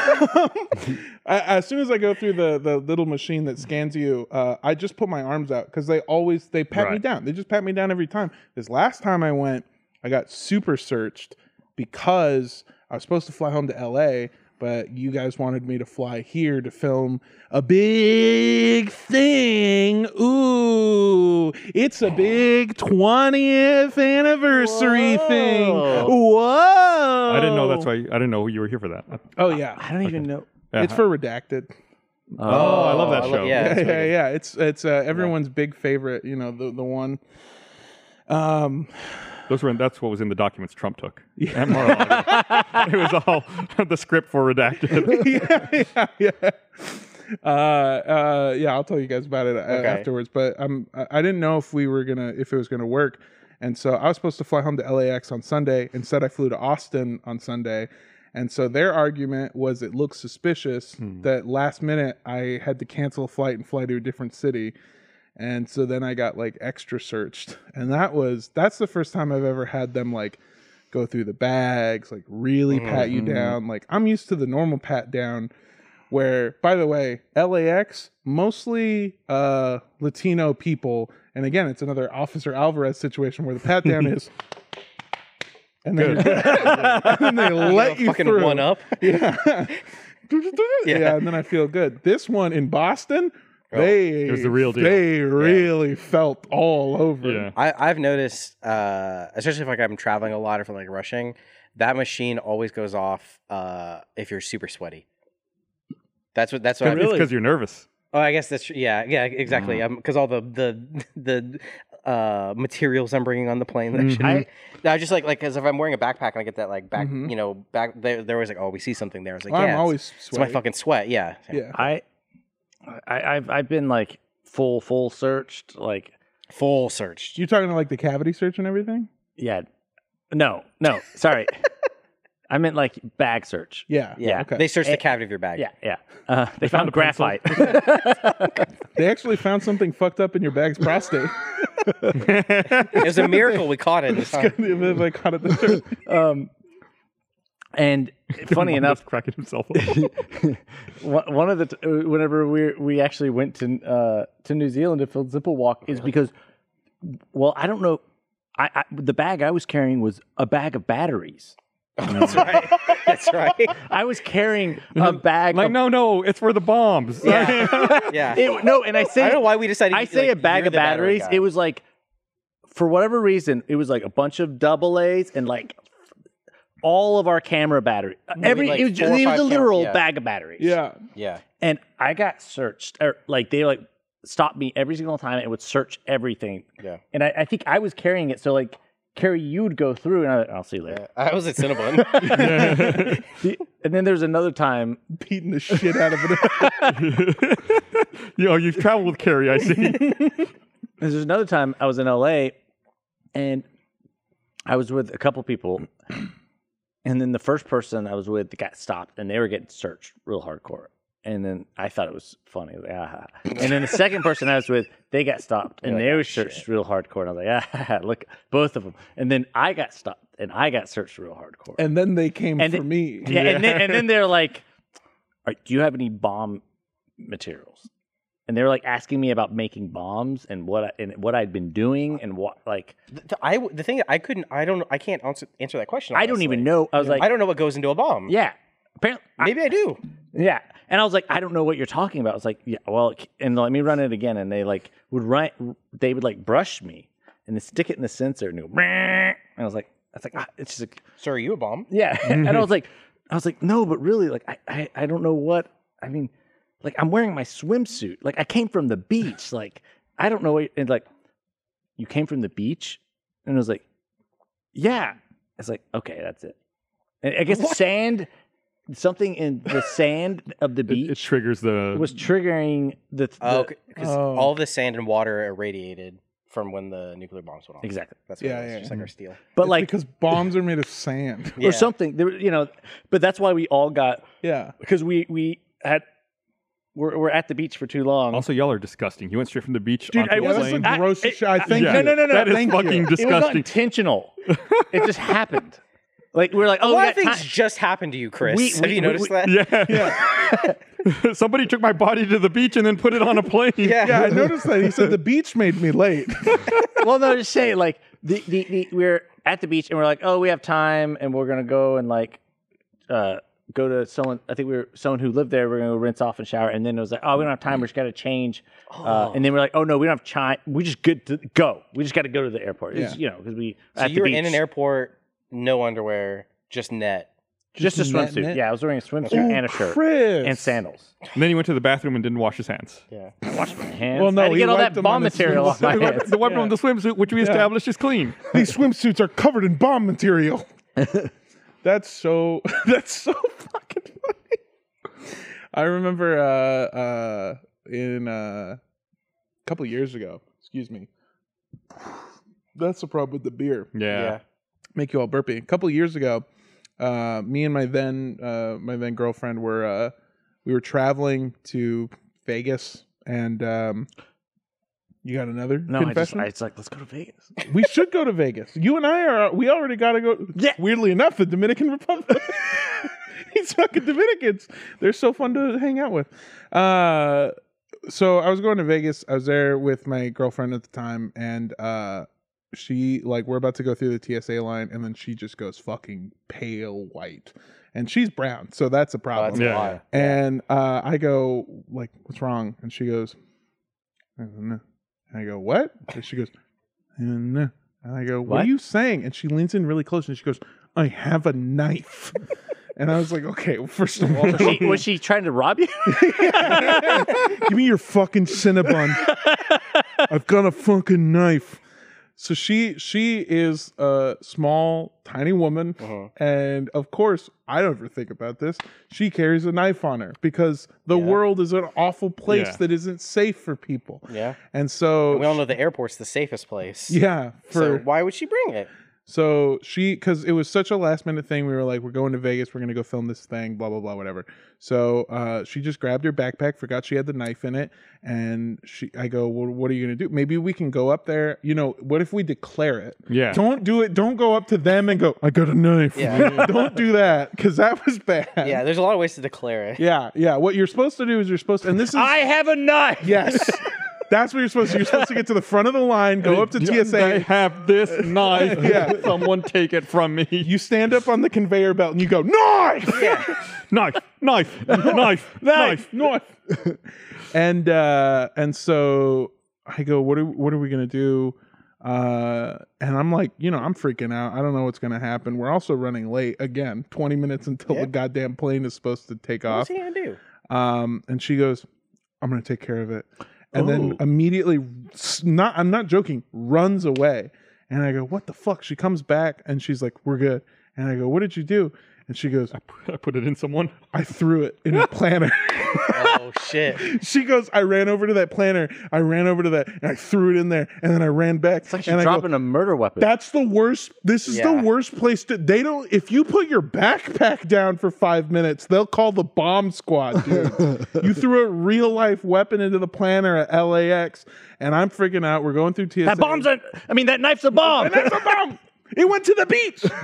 I, as soon as I go through the the little machine that scans you, uh, I just put my arms out because they always they pat me Right. down. They just pat me down every time. This last time I went, I got super searched because I was supposed to fly home to L.A. But you guys wanted me to fly here to film a big thing. Ooh, it's a big 20th anniversary thing. Whoa! I didn't know that's why. I didn't know you were here for that. Oh yeah, I don't even know. it's for redacted. Oh, I love that I show. love- yeah. [LAUGHS] Yeah, That's yeah, yeah. It's it's uh, everyone's big favorite. You know, the the one. Um, Those were in, that's what was in the documents Trump took. At Mar-a-Lago. it was all [LAUGHS] the script for [LAUGHS] redacted. yeah, yeah, yeah. Uh, uh, yeah. I'll tell you guys about it uh afterwards. But um, I I didn't know if we were gonna if it was gonna work, and so I was supposed to fly home to LAX on Sunday. Instead, I flew to Austin on Sunday. And so their argument was it looked suspicious that last minute I had to cancel a flight and fly to a different city. And so then I got like extra searched. And that was that's the first time I've ever had them like go through the bags, like really pat you down. Like I'm used to the normal pat down where by the way, LAX mostly uh Latino people. And again, it's another Officer Alvarez situation where the pat down is and then, you're good. [LAUGHS] [LAUGHS] and then they let you fucking through. one up. [LAUGHS] Yeah. yeah. Yeah. and then I feel good. This one in Boston, they it was the real deal. They really felt all over. yeah. I, I've noticed, uh, especially if like I'm traveling a lot or if I'm like rushing, that machine always goes off uh, if you're super sweaty. That's what. That's what. I, It's because you're nervous. Oh, I guess that's tr- yeah, yeah, exactly. Because all the the [LAUGHS] the uh, materials I'm bringing on the plane, that shit. I, I just like like because if I'm wearing a backpack and I get that like back, Mm-hmm. you know, back. They're, they're always like, oh, we see something there. I was like, Well, yeah, I'm it's- always it's my sweaty. fucking sweat. Yeah, yeah. I, I, I've I've been like full full searched. Like full search. You talking to like the cavity search and everything? yeah, no no sorry, I meant like bag search. Yeah. Yeah, Okay. they search the Eh, cavity of your bag. Yeah yeah. Uh, they found, a pencil. graphite. They actually found something fucked up in your bag's prostate. [LAUGHS] it was a miracle we caught [LAUGHS] it. This time. they caught it. This um, and funny enough, Just cracking [LAUGHS] himself up. one one of the t- uh, whenever we we actually went to uh, to New Zealand to Phil Zipple walk is because well I don't know I, I the bag I was carrying was a bag of batteries That's right. [LAUGHS] That's right. I was carrying a bag like, [LAUGHS] of, no, no, it's for the bombs. Yeah. yeah. it, no and I say I don't know why we decided. I say like, a bag you're of the battery batteries guy. it was like for whatever reason it was like a bunch of double A's and like all of our camera battery uh, every like it was, four or it was five a cam- literal yeah. bag of batteries yeah. yeah. and I got searched, or like they like stopped me every single time and would search everything. Yeah. And I, I think I was carrying it, so like Carrie, you'd go through, and I, I'll see you later. I was at [LAUGHS] Cinnabon. The- and then there's another time. Beating the shit out of [LAUGHS] it. [LAUGHS] you know, you've traveled with Carrie, I see. [LAUGHS] There's another time I was in LA, and I was with a couple people, and then the first person I was with got stopped, and they were getting searched real hardcore. And then I thought it was funny, like, ah. And then the second person I was with, they got stopped, and they were searched real hardcore. And I was like, ah, [LAUGHS] look, both of them. And then I got stopped, and I got searched real hardcore. And then they came And for it- me. Yeah, And, then, and then they're like, All right, "Do you have any bomb materials?" and they were like asking me about making bombs and what I, and what I'd been doing and what like Th- th- I w- [LAUGHS] the thing I couldn't I don't I can't answer, answer that question. I don't even honestly. know. I was like, I don't know what goes into a bomb. yeah, apparently, I- maybe I, do. yeah. And I was like, I don't know what you're talking about. I was like, yeah, well, c- and let me run it again. And they like would run, they would like brush me and then stick it in the sensor and go. "Brrr." And I was like, that's like ah, it's just like So are you a bomb? Yeah. [LAUGHS] and I was like, I was like, no, but really, like, I, I, I don't know what, I mean, like, I'm wearing my swimsuit. Like, I came from the beach. Like, I don't know. What, and like, you came from the beach? And I was like, yeah. It's like, okay, that's it. And I guess sand, something in the sand of the It, it beach triggers the. was triggering the, the Oh, because Oh. all the sand and water irradiated from when the nuclear bombs went off. exactly. That's what Yeah, it was, yeah, just like our steel. But It's like, because bombs are made of sand. Yeah. or something, there, were- you know, but that's why we all got, Yeah. because we, we had, we're, we're at the beach for too long. also, y'all are disgusting. You went straight from the beach Dude, onto I the was plane. the I- grossest it- shit. I think. Yeah. No, no, no, no. That is Thank fucking you. It was disgusting. intentional. it just happened. Like we're like, a oh, lot we of got things time. just happened to you, Chris. We- Have we- you we- noticed we- that? yeah. [LAUGHS] Somebody took my body to the beach and then put it on a plane. Yeah. [LAUGHS] Yeah, I noticed that. He said the beach made me late. well, no, just say like the, the the we're at the beach and we're like, oh, we have time and we're gonna go and like uh go to someone. I think we were someone who lived there. We're gonna go rinse off and shower. And then it was like, oh, we don't have time. We just gotta change. Uh, and then we're like, oh no, we don't have time. We just good to go. We just gotta go to the airport. It's, Yeah. you know, because we So at you the were beach. in an airport, no underwear, just net. just a Just net- swimsuit. net. Yeah, I was wearing a swimsuit Ooh, and a shirt Oh, Chris. and sandals. And then he went to the bathroom and didn't wash his hands. Yeah. Wash my hands. Well, no, I had to he get all wiped that them bomb on his material off my swimsuit. hands. The wiper on the swimsuit, which we established is clean. These swimsuits are covered in bomb [LAUGHS] material. that's so. [LAUGHS] That's so fucking funny. I remember uh, uh, in uh, a couple years ago. Excuse me. That's the problem with the beer. Yeah. make you all burpy. A couple of years ago, uh, me and my then uh, my then girlfriend were uh, we were traveling to Vegas, and um, you got another No, I just, confession. I, it's like, let's go to Vegas. [LAUGHS] we should go to Vegas. You and I are we already got to go. Yeah. Weirdly enough, the Dominican Republic. These fucking Dominicans, they're so fun to hang out with. Uh, so I was going to Vegas. I was there with my girlfriend at the time, and uh, she like we're about to go through the TSA line, and then she just goes fucking pale white, and she's brown, so that's a Oh, problem. that's Yeah. a lot. And uh, I go, like, what's wrong? And she goes, I don't know. And I go, what? And she goes, I don't know. And I go, what, What? are you saying? And she leans in really close and she goes, I have a knife. [LAUGHS] and I was like, okay, well, first of [LAUGHS] all, Was she, was she trying to rob you? give me your [LAUGHS] fucking Cinnabon. I've got a fucking knife. So she she is a small, tiny woman, Uh-huh. and of course, I never think about this. She carries a knife on her because the world is an awful place Yeah. that isn't safe for people. Yeah. and so We all know the airport's the safest place. yeah, So for why would she bring it? so she, because it was such a last minute thing, we were like, we're going to Vegas, we're gonna go film this thing, blah blah blah, whatever. So uh, she just grabbed her backpack, forgot she had the knife in it, and she, I go, well, what are you gonna do? Maybe we can go up there. You know, what if we declare it? Yeah. Don't do it. Don't go up to them and go, I got a knife. Yeah. [LAUGHS] don't do that because that was bad. Yeah, there's a lot of ways to declare it. Yeah. Yeah. What you're supposed to do is you're supposed to, and this is I have a knife. yes. That's what you're supposed to. You're supposed to get to the front of the line, go up to TSA. They have [LAUGHS] this knife. Yeah. Someone take it from me. you stand up on the conveyor belt and you go, knife! knife, [LAUGHS] knife, knife, knife. [LAUGHS] knife. [LAUGHS] and uh, and so I go, what are what are we gonna do? Uh, and I'm like, you know, I'm freaking out. I don't know what's gonna happen. We're also running late again. 20 minutes until the goddamn plane is supposed to take What's off. he gonna do? Um, and she goes, I'm gonna take care of it. And then Oh. immediately, s- not I'm not joking, runs away. And I go, what the fuck? She comes back and she's like, we're good. And I go, what did you do? And she goes, I put it in someone. I threw it [LAUGHS] in a planner. Oh shit! [LAUGHS] She goes, I ran over to that planner. I ran over to that and I threw it in there and then I ran back. It's [LAUGHS] like she's and I go, dropping a murder weapon. That's the worst. This is Yeah. the worst place to. They don't. If you put your backpack down for five minutes, they'll call the bomb squad, dude. you threw a real life weapon into the planner at LAX and I'm freaking out. We're going through TSA. that bomb's a. I mean, that knife's a bomb. That's a bomb. It went to the beach. [LAUGHS]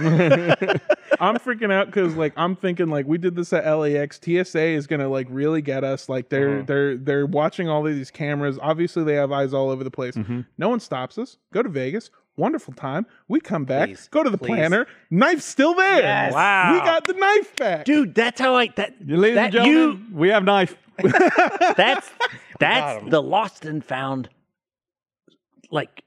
I'm freaking out because like I'm thinking like we did this at LAX. TSA is gonna like really get us. Like they're they're they're watching all of these cameras. Obviously they have eyes all over the place. No one stops us. Go to Vegas. Wonderful time. We come back. Please. go to the Please. planner. Knife's still there. Yes. We Wow. got the knife back. Dude, that's how I that Ladies that and [LAUGHS] gentlemen, we have knife. you that's Got that's 'em. the lost and found like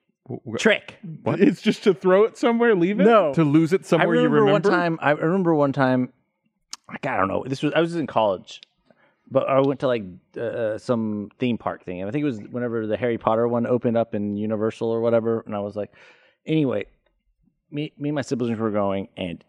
trick. It's just to throw it somewhere, leave it. No. To lose it I somewhere remember, you remember. one time. I remember one time. Like, I don't know. This was I was in college, but I went to like uh, some theme park thing, and I think it was whenever the Harry Potter one opened up in Universal or whatever. And I was like, anyway, me me and my siblings were going, and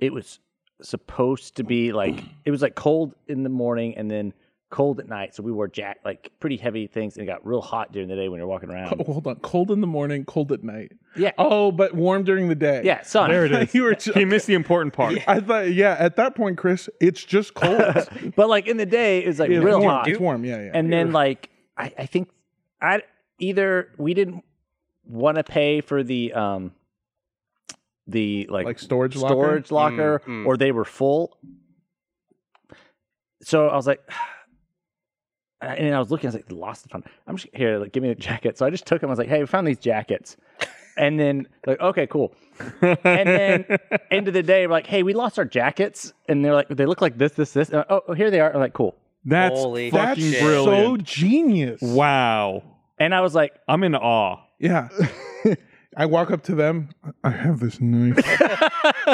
it was supposed to be like it was like cold in the morning and then cold at night. So we wore jack like pretty heavy things, and it got real hot during the day when you're walking around. [LAUGHS] Oh, hold on. Cold in the morning, cold at night. Yeah. Oh, but warm during the day. [LAUGHS] Yeah, sun. There it you were. Just, He missed the important part. I thought. Yeah. At that point, Chris, it's just cold. it's But like in the day, it was like real warm. hot. It's warm. Yeah. Yeah. and then like I, I think I either we didn't want to pay for the um the like, like storage locker. storage locker, Mm, mm. or they were full. So I was like, [SIGHS] and I was looking. I was like, lost the fun. I'm just here. Like, give me the jacket. So I just took them. I was like, hey, we found these jackets. And then like, okay, cool. And then [LAUGHS] end of the day, we're like, hey, we lost our jackets, and they're like, they look like this, this, this. And, oh, oh, here they are. I'm like, cool. [LAUGHS] That's Holy That's fucking shit. so brilliant. genius. wow. And I was like, I'm in awe. Yeah. [LAUGHS] I walk up to them. I have this knife.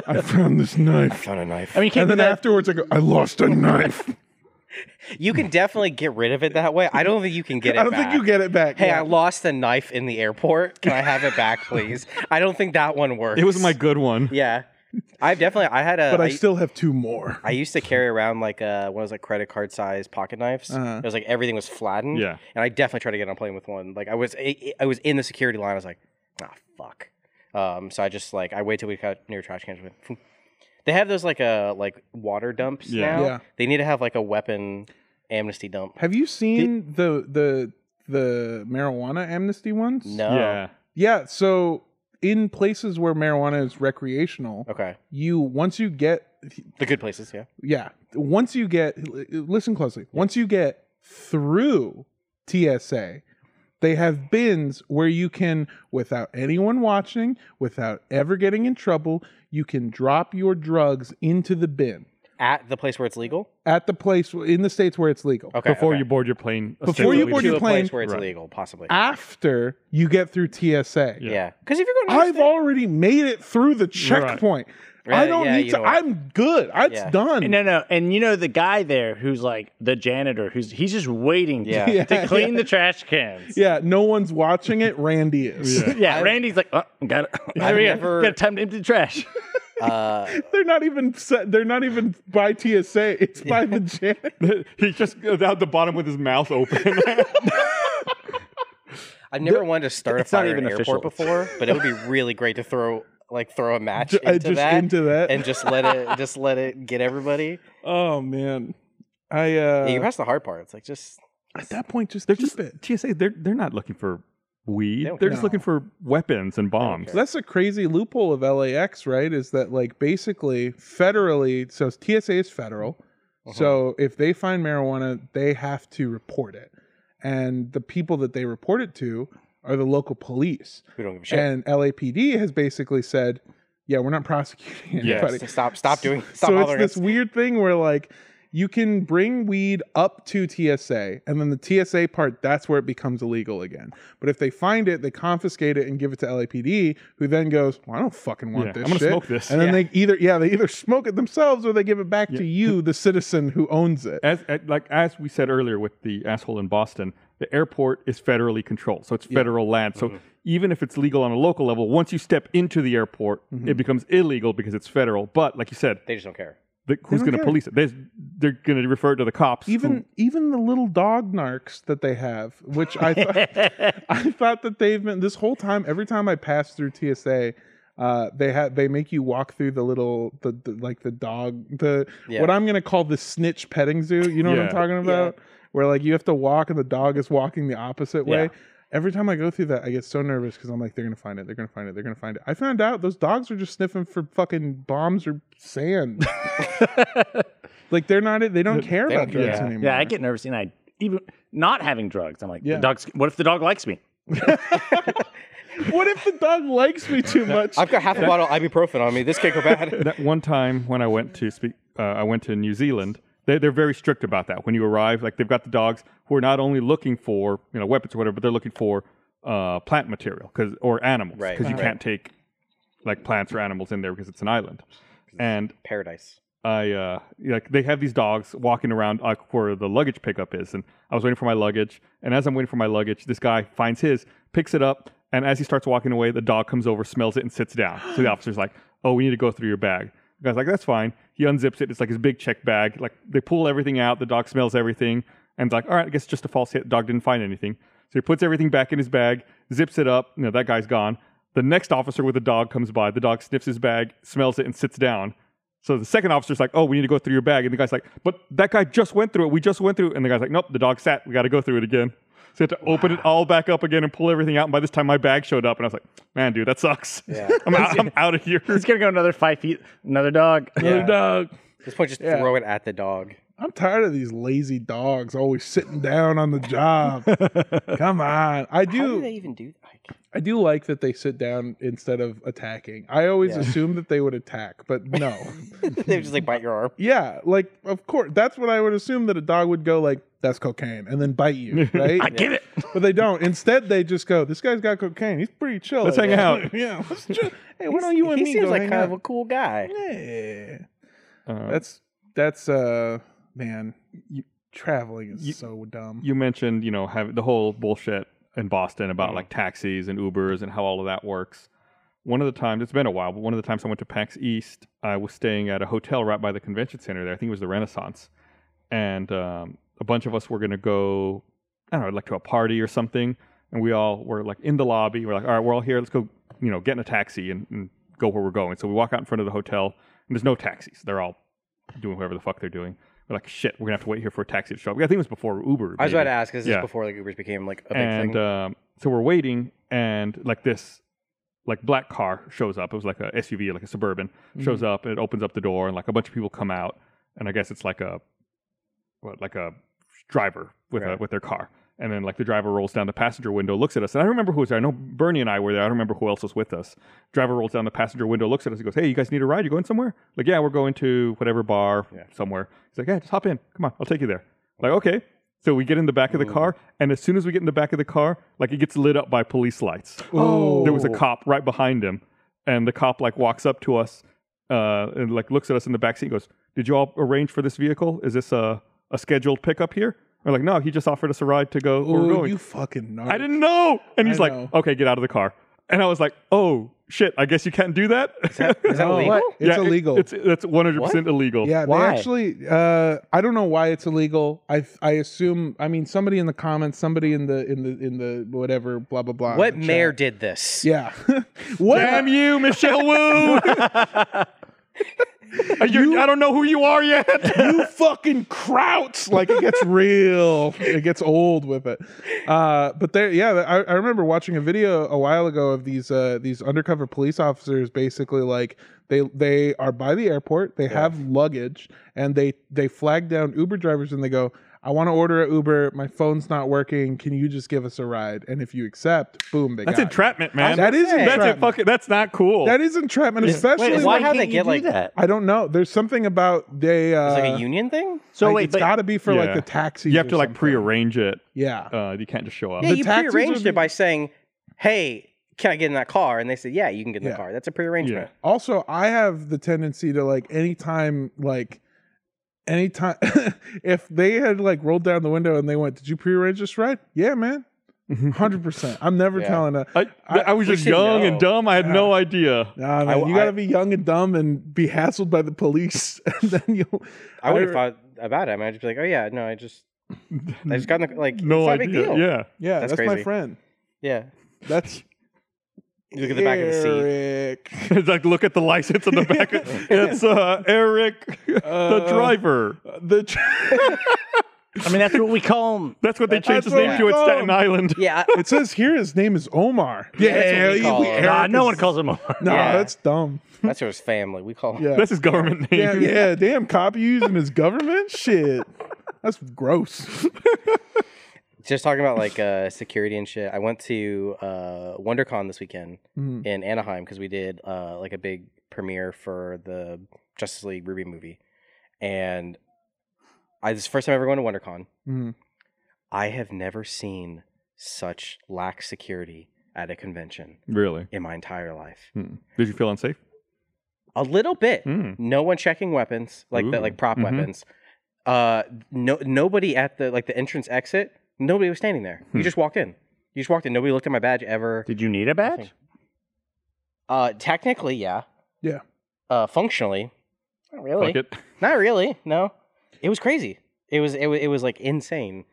I found this knife. Found a knife. I mean, you can't And do then that. afterwards, I go, I lost a knife. you can definitely get rid of it that way. I don't think you can get it. [LAUGHS] I don't think you back. get it back. Hey, Yeah. I lost a knife in the airport. Can I have it back, please? I don't think that one works. It was my good one. Yeah, I've definitely. I had a. but I I- still have two more. I used to carry around like uh, one of those like credit card size pocket knives. Uh-huh. It was like everything was flattened. Yeah. and I definitely tried to get on a plane with one. Like I was, I, I was in the security line. I was like, ah, fuck. Um, so I just like I waited till we got near trash cans. went, "Phoom." They have those like uh like water dumps Yeah. now. Yeah. They need to have like a weapon amnesty dump. Have you seen the the the marijuana amnesty ones? No. Yeah. Yeah, so in places where marijuana is recreational, Okay. you once you get The good places. Yeah. yeah, once you get l- listen closely. Once you get through TSA, they have bins where you can without anyone watching, without ever getting in trouble, you can drop your drugs into the bin At the place where it's legal. at the place in the states where it's legal. Okay. Before okay. you board your plane. Before you ostensibly. board to [LAUGHS] your a plane- place where it's Right. legal, possibly. After you get through TSA. yeah. Because if you're going, to I've already made it through the checkpoint. I Right, don't yeah, need you to. don't- I'm good. It's Yeah. done. No, no, and you know the guy there who's like the janitor, who's he's just waiting Yeah. to, Yeah, to clean the trash cans. Yeah, no one's watching it. Randy is. Yeah. Yeah, Randy's like, oh, [LAUGHS] got it. There I've we go. never- Got time to empty the trash. uh, They're not even. Set, they're not even by TSA. It's [LAUGHS] by the janitor. He's just out the bottom with his mouth open. I've never [LAUGHS] wanted to start a it's not fire in even an airport official. before, but it would be really great to throw like throw a match Ju- uh, into, just that into that. and just let it just let it get everybody. Oh man, I. Yeah, you [LAUGHS] uh pass the hard part. It's like just At that point, just they're [LAUGHS] keep just uh, it. TSA. They're they're not looking for weed. They don't They're care. just looking for weapons and bombs. So that's the crazy loophole of LAX, right? Is that like basically federally? So TSA is federal. Uh-huh. So if they find marijuana, they have to report it, and the people that they report it to are the local police. we don't give a shit. And LAPD has basically said, "Yeah, we're not prosecuting Yes. anybody." So stop stop doing [LAUGHS] stop so it's bothering this us. weird thing where like you can bring weed up to TSA, and then the TSA part that's where it becomes illegal again. But if they find it, they confiscate it and give it to LAPD, who then goes, well, "I don't fucking want Yeah, this I'm gonna shit." smoke this. And then they either yeah they either smoke it themselves or they give it back to you, the citizen who owns it. As, as like as we said earlier with the asshole in Boston, the airport is federally controlled, so it's federal land. Mm-hmm. So even if it's legal on a local level, once you step into the airport, Mm-hmm. it becomes illegal because it's federal. But like you said, They just don't care. the, who's don't going to care. police it? There's, they're going to refer it to the cops. who- Even even the little dog narcs that they have, which I thought I thought that they've been this whole time. Every time I pass through TSA, uh, they have they make you walk through the little the, the like the dog the Yeah. what I'm gonna call the snitch petting zoo. You know what Yeah. I'm talking about? Where like you have to walk and the dog is walking the opposite way. Every time I go through that, I get so nervous because I'm like, they're gonna find it, they're gonna find it, they're gonna find it. I found out those dogs are just sniffing for fucking bombs or sand. like they're not, they don't care about don't- drugs yeah. anymore. Yeah, I get nervous, and I even not having drugs. I'm like, Yeah. the dog's. What if the dog likes me? What if the dog likes me [LAUGHS] too much? I've got half a bottle of ibuprofen on me. This can't go [LAUGHS] bad. that one time when I went to speak, uh, I went to New Zealand. They, they're very strict about that. When you arrive, like they've got the dogs who are not only looking for you know weapons or whatever, but they're looking for uh, plant material 'cause- or animals Right, because you right. can't take like plants or animals in there because it's an island. And Paradise. I uh, like they have these dogs walking around like where the luggage pickup is, and I was waiting for my luggage. And as I'm waiting for my luggage, this guy finds his, picks it up, and as he starts walking away, the dog comes over, smells it, and sits down. So the officer's like, "Oh, we need to go through your bag." The guy's like, "That's fine." He unzips it. It's like his big check bag. Like they pull everything out. The dog smells everything, and it's like, "All right, I guess it's just a false hit." The dog didn't find anything, so he puts everything back in his bag, zips it up. You know that guy's gone. The next officer with the dog comes by. The dog sniffs his bag, smells it, and sits down. So the second officer's like, "Oh, we need to go through your bag," and the guy's like, "But that guy just went through it. We just went through." it." And the guy's like, "Nope, the dog sat. We got to go through it again." So you have to open it all back up again and pull everything out. And by this time, my bag showed up, and I was like, "Man, dude, that sucks. [LAUGHS] I'm, out, I'm out of here." It's gonna go another five feet. Another dog. Another dog. At this point, just throw it at the dog. I'm tired of these lazy dogs always sitting down on [LAUGHS] the job. Come on. I How do do they even do that? I do like that they sit down insteed of attacking. I always assumed that they would attack, [LAUGHS] but no. [LAUGHS] they just like bite your [LAUGHS] arm. yeah, like of course that's what I would assume that a dog would go like that's cocaine and then [LAUGHS] bite you, right? I get it. But they don't. Instead they just go, this guy's got cocaine. He's pretty chill. Let's over hang [LAUGHS] there." out. yeah. Let's [LAUGHS] chill. Hey, why don't you and he me seems go like hang kind out? of a cool guy. Yeah. Uh, That's that's uh man, you, traveling is You- so dumb. you mentioned, you know, have the whole bullshit in Boston about like taxis and Ubers and how all of that works. One of the times, it's been a while, but one of the times I went to PAX East, I was staying at a hotel right by the convention center there. I think it was the Renaissance. And um, a bunch of us were going to go, I don't know, like to a party or something. And we all were like in the lobby. We're like, all right, we're all here. Let's go, you know, get in a taxi and, and go where we're going. So we walk out in front of the hotel and there's no taxis. They're all doing whatever the fuck they're doing. We're like, shit, we're going to have to wait here for a taxi to show up. I think it was before Uber. I was about maybe to ask, 'cause this Yeah. is before like Ubers became like a big and thing. um, so we're waiting, and like this, like black car shows up. It was like a SUV, like a suburban, Mm-hmm. shows up, and it opens up the door, and like a bunch of people come out, and I guess it's like a, what, like a driver with a, Right. with their car, and then like the driver rolls down the passenger window, looks at us, and I remember who was there. I know Bernie and I were there. I don't remember who else was with us. Driver rolls down the passenger window, looks at us, and goes, "Hey, you guys need a ride? You going somewhere?" Like, yeah, we're going to whatever bar somewhere. He's like, "Yeah, just hop in. Come on, I'll take you there." Like, okay. So we get in the back of the car, and as soon as we get in the back of the car, like it gets lit up by police lights. There was a cop right behind him, and the cop like walks up to us, uh, and like looks at us in the back seat, and goes, "Did you all arrange for this vehicle? Is this a a scheduled pickup here?" We're like, "No, he just offered us a ride to go where Ooh, we're going." Oh, you fucking narc. I didn't know. And he's I like, know. "Okay, get out of the car." And I was like, "Oh shit, I guess you can't do that." [LAUGHS] is that No, legal? It's Yeah, it- illegal. it's that's one hundred percent illegal. yeah, Why? they actually. Uh, I don't know why it's illegal. I I assume. I mean, somebody in the comments, somebody in the in the in the whatever, blah blah blah. What in the mayor chat. did this? Yeah. [LAUGHS] what? Damn you, Michelle [LAUGHS] Wu. you, I don't know who you are yet. you fucking crouch like it gets real it gets old with it uh but there yeah I, I remember watching a video a while ago of these uh these undercover police officers basically like they they are by the airport they have luggage and they they flag down uber drivers and they go I want to order an Uber. My phone's not working. Can you just give us a ride? And if you accept, boom, they That's got it. entrapment, man. That is that's entrapment. it. Fucking that's not cool. That is entrapment, especially Wait, like, why how'd they can't you get, do like- that? I don't know. There's something about they. Uh, It's like a union thing? So like, wait, it's but got to be for like Yeah. the taxis. you have to or like something. prearrange it. Yeah. Uh, you can't just show up. Yeah, The you taxis would prearranged be- it by saying, hey, can I get in that car? And they said, yeah, you can get in Yeah. the car. That's a prearrangement. also, I have the tendency to like anytime like anytime [LAUGHS] if they had like rolled down the window and they went, "Did you prearrange this ride?" Yeah, man. 100%. I'm never Mm-hmm. Yeah. telling a I, I, was we just should young and know. dumb. I had no idea. Nah, man, I- you got to I- be young and dumb and be hassled by the police [LAUGHS] and then you'll I would have thought about it. I mean, I'd just be like, oh, yeah, no, I just, I just got in the, [LAUGHS] like, No it's not a big idea. deal. Yeah. [LAUGHS] Yeah, that's, That's my crazy. friend. Yeah. [LAUGHS] That's You look at the back of the seat. [LAUGHS] Eric. It's like look at the license on the back. [LAUGHS] Uh, [LAUGHS] it's uh, Eric, the driver. The tr- I mean, that's what we call them. That's what they changed his what name we to at call Staten [LAUGHS] him. Island. Yeah, [LAUGHS] It says here his name is Omar. that's what we call him. Nah, Oh, Eric no is- one calls them [LAUGHS] Omar. No, Yeah. that's dumb. that's his family. We call him. Yeah. That's his government name. [LAUGHS] damn, yeah, damn cop you using his government shit. That's gross. Just talking about like uh, security and shit. I went to uh, WonderCon this weekend Mhm. in Anaheim because we did uh, like a big premiere for the Justice League Ruby movie, and I this is the first time ever going to WonderCon. Mm-hmm. Mhm. I have never seen such lax security at a convention Really? in my entire life. Hmm. Did you feel unsafe? A little bit. Hmm. No one checking weapons, like the Ooh. like prop Mhm. weapons. Uh no nobody at the like the entrance exit, nobody was standing there. Hmm. You just walked in. You just walked in. Nobody looked at my badge ever. Did you need a badge? Uh technically, yeah. Yeah. Uh functionally. Not really. Fuck it. Not really. No. It was crazy. It was it was, it was like insane.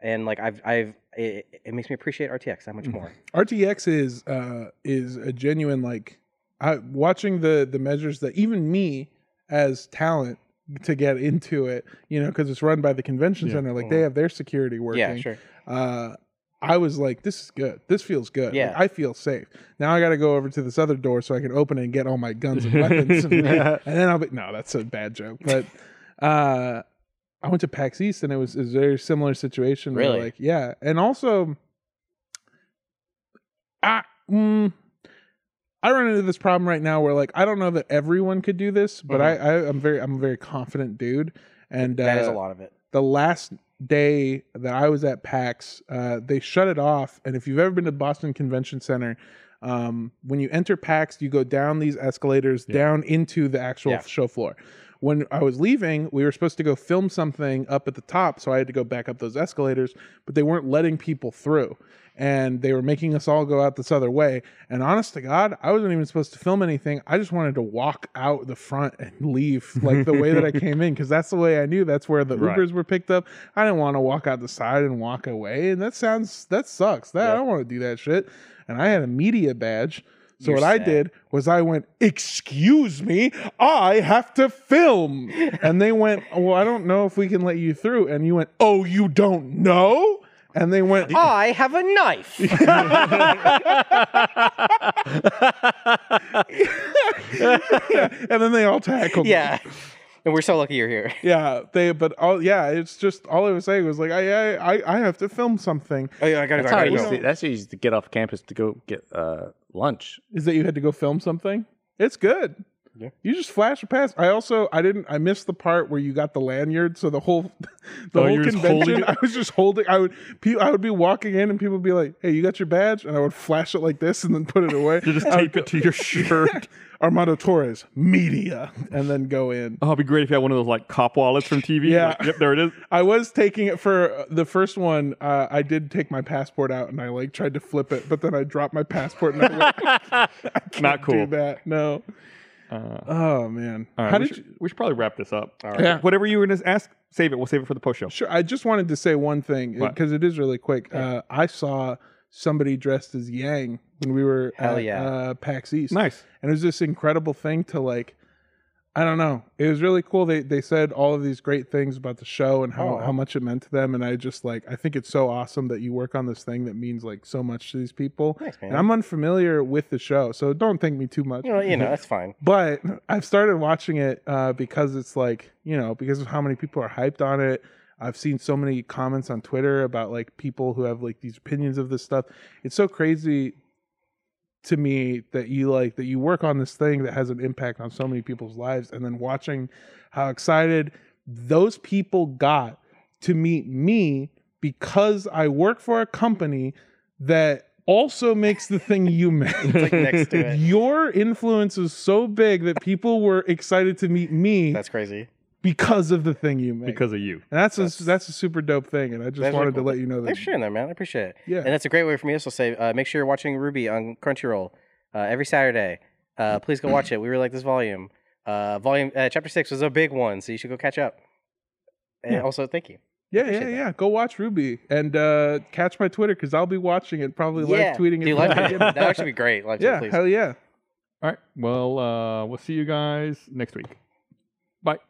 And like I've I've it, it makes me appreciate [LAUGHS] RTX that much more. RTX is uh is a genuine like I watching the the measures that even me as talent to get into it, you know, because it's run by the convention Yeah. center, like they have their security working. yeah, sure. uh, I was like, this is good. This feels good. Like, Yeah. I feel safe. Now I got to go over to this other door so I can open it and get all my guns and [LAUGHS] weapons. and then I'll be, no, that's a bad joke. But uh, I went to PAX East and it was, it was a very similar situation. where, Really? like, yeah. And also, I, mm, I run into this problem right now where like, I don't know that everyone could do this, but I, I, I'm very, I'm a very confident dude. And Mm-hmm. that is uh, a lot of it. the last day that I was at PAX, uh, they shut it off. And if you've ever been to Boston Convention Center, um, when you enter PAX, you go down these escalators down into the actual Yeah. show floor. When I was leaving, we were supposed to go film something up at the top, so I had to go back up those escalators, but they weren't letting people through. And they were making us all go out this other way. And honest to God, I wasn't even supposed to film anything. I just wanted to walk out the front and leave like the way [LAUGHS] that I came in, because that's the way I knew that's where the Right. Ubers were picked up. I didn't want to walk out the side and walk away. And that sounds that sucks. That I don't want to do that shit. And I had a media badge. So You're what I sad. did was I went, "Excuse me, I have to film." and they went, "Well, I don't know if we can let you through." And you went, "Oh, you don't know?" And [LAUGHS] they went, [LAUGHS] "Oh, I have a knife. and then they all tackled. me. [LAUGHS] [LAUGHS] yeah. And we're so lucky you're here. yeah. They, but all, yeah, it's just all I was saying was like, I, I, I- I have to film something. Oh, yeah, I gotta That's go. how I I gotta used go. to, that's how you used to get off campus to go get uh, lunch. is that you had to go film something. It's good. Yeah. You just flash past. I also I didn't I missed the part where you got the lanyard, so the whole [LAUGHS] the Oh, you were whole just holding convention it? [LAUGHS] I was just holding I would pe- I would be walking in and people would be like, Hey, you got your badge? And I would flash it like this and then put it away. You just tape it to your [LAUGHS] shirt. Armando Torres, media, and then go in. Oh, it'd be great if you had one of those like cop wallets from TV. Yeah. Like, yep, there it is. I was taking it for uh, the first one. Uh, I did take my passport out and I like tried to flip it, but then I dropped my passport and I [LAUGHS] went, Not do cool. Uh, that. No. oh man. All right, How we, did should, you we should probably wrap this up. All right. Yeah. Whatever you were going to ask, save it. We'll save it for the post show. Sure. I just wanted to say one thing What? because it is really quick. Uh, I saw somebody dressed as Yang when we were Hell at yeah. uh, PAX East. Nice. And it was this incredible thing to like, I don't know. It was really cool. They they said all of these great things about the show and how, Aw. how much it meant to them. And I just like, I think it's so awesome that you work on this thing that means like so much to these people. Nice, man. And I'm unfamiliar with the show, so don't thank me too much You know, you know, [LAUGHS] that's fine. but I've started watching it uh, because it's like you know because of how many people are hyped on it. I've seen so many comments on Twitter about like people who have like these opinions of this stuff. It's so crazy to me that you like that you work on this thing that has an impact on so many people's lives, and then watching how excited those people got to meet me because I work for a company that also makes the thing you make. It's like next to it. Your influence was so big that people were excited to meet me That's crazy. because of the thing you made. Because of you. and that's, a, that's a super dope thing, and I just That's really wanted cool. to let you know that. Thanks for sharing that, man. I appreciate it. Yeah. And that's a great way for me to also say, uh, make sure you're watching Ruby on Crunchyroll uh, every Saturday. Uh, please go watch it. We really like this volume. Uh, volume uh, chapter six was a big one, so you should go catch up. And also, thank you. yeah, yeah, appreciate that. yeah. Go watch Ruby and uh, catch my Twitter because I'll be watching it, probably yeah, live tweeting Dude, it. live when I [LAUGHS] tweet. get That back. would actually be great. Live [LAUGHS] tweet, yeah, please. hell yeah. All right. Well, uh, we'll see you guys next week. Bye.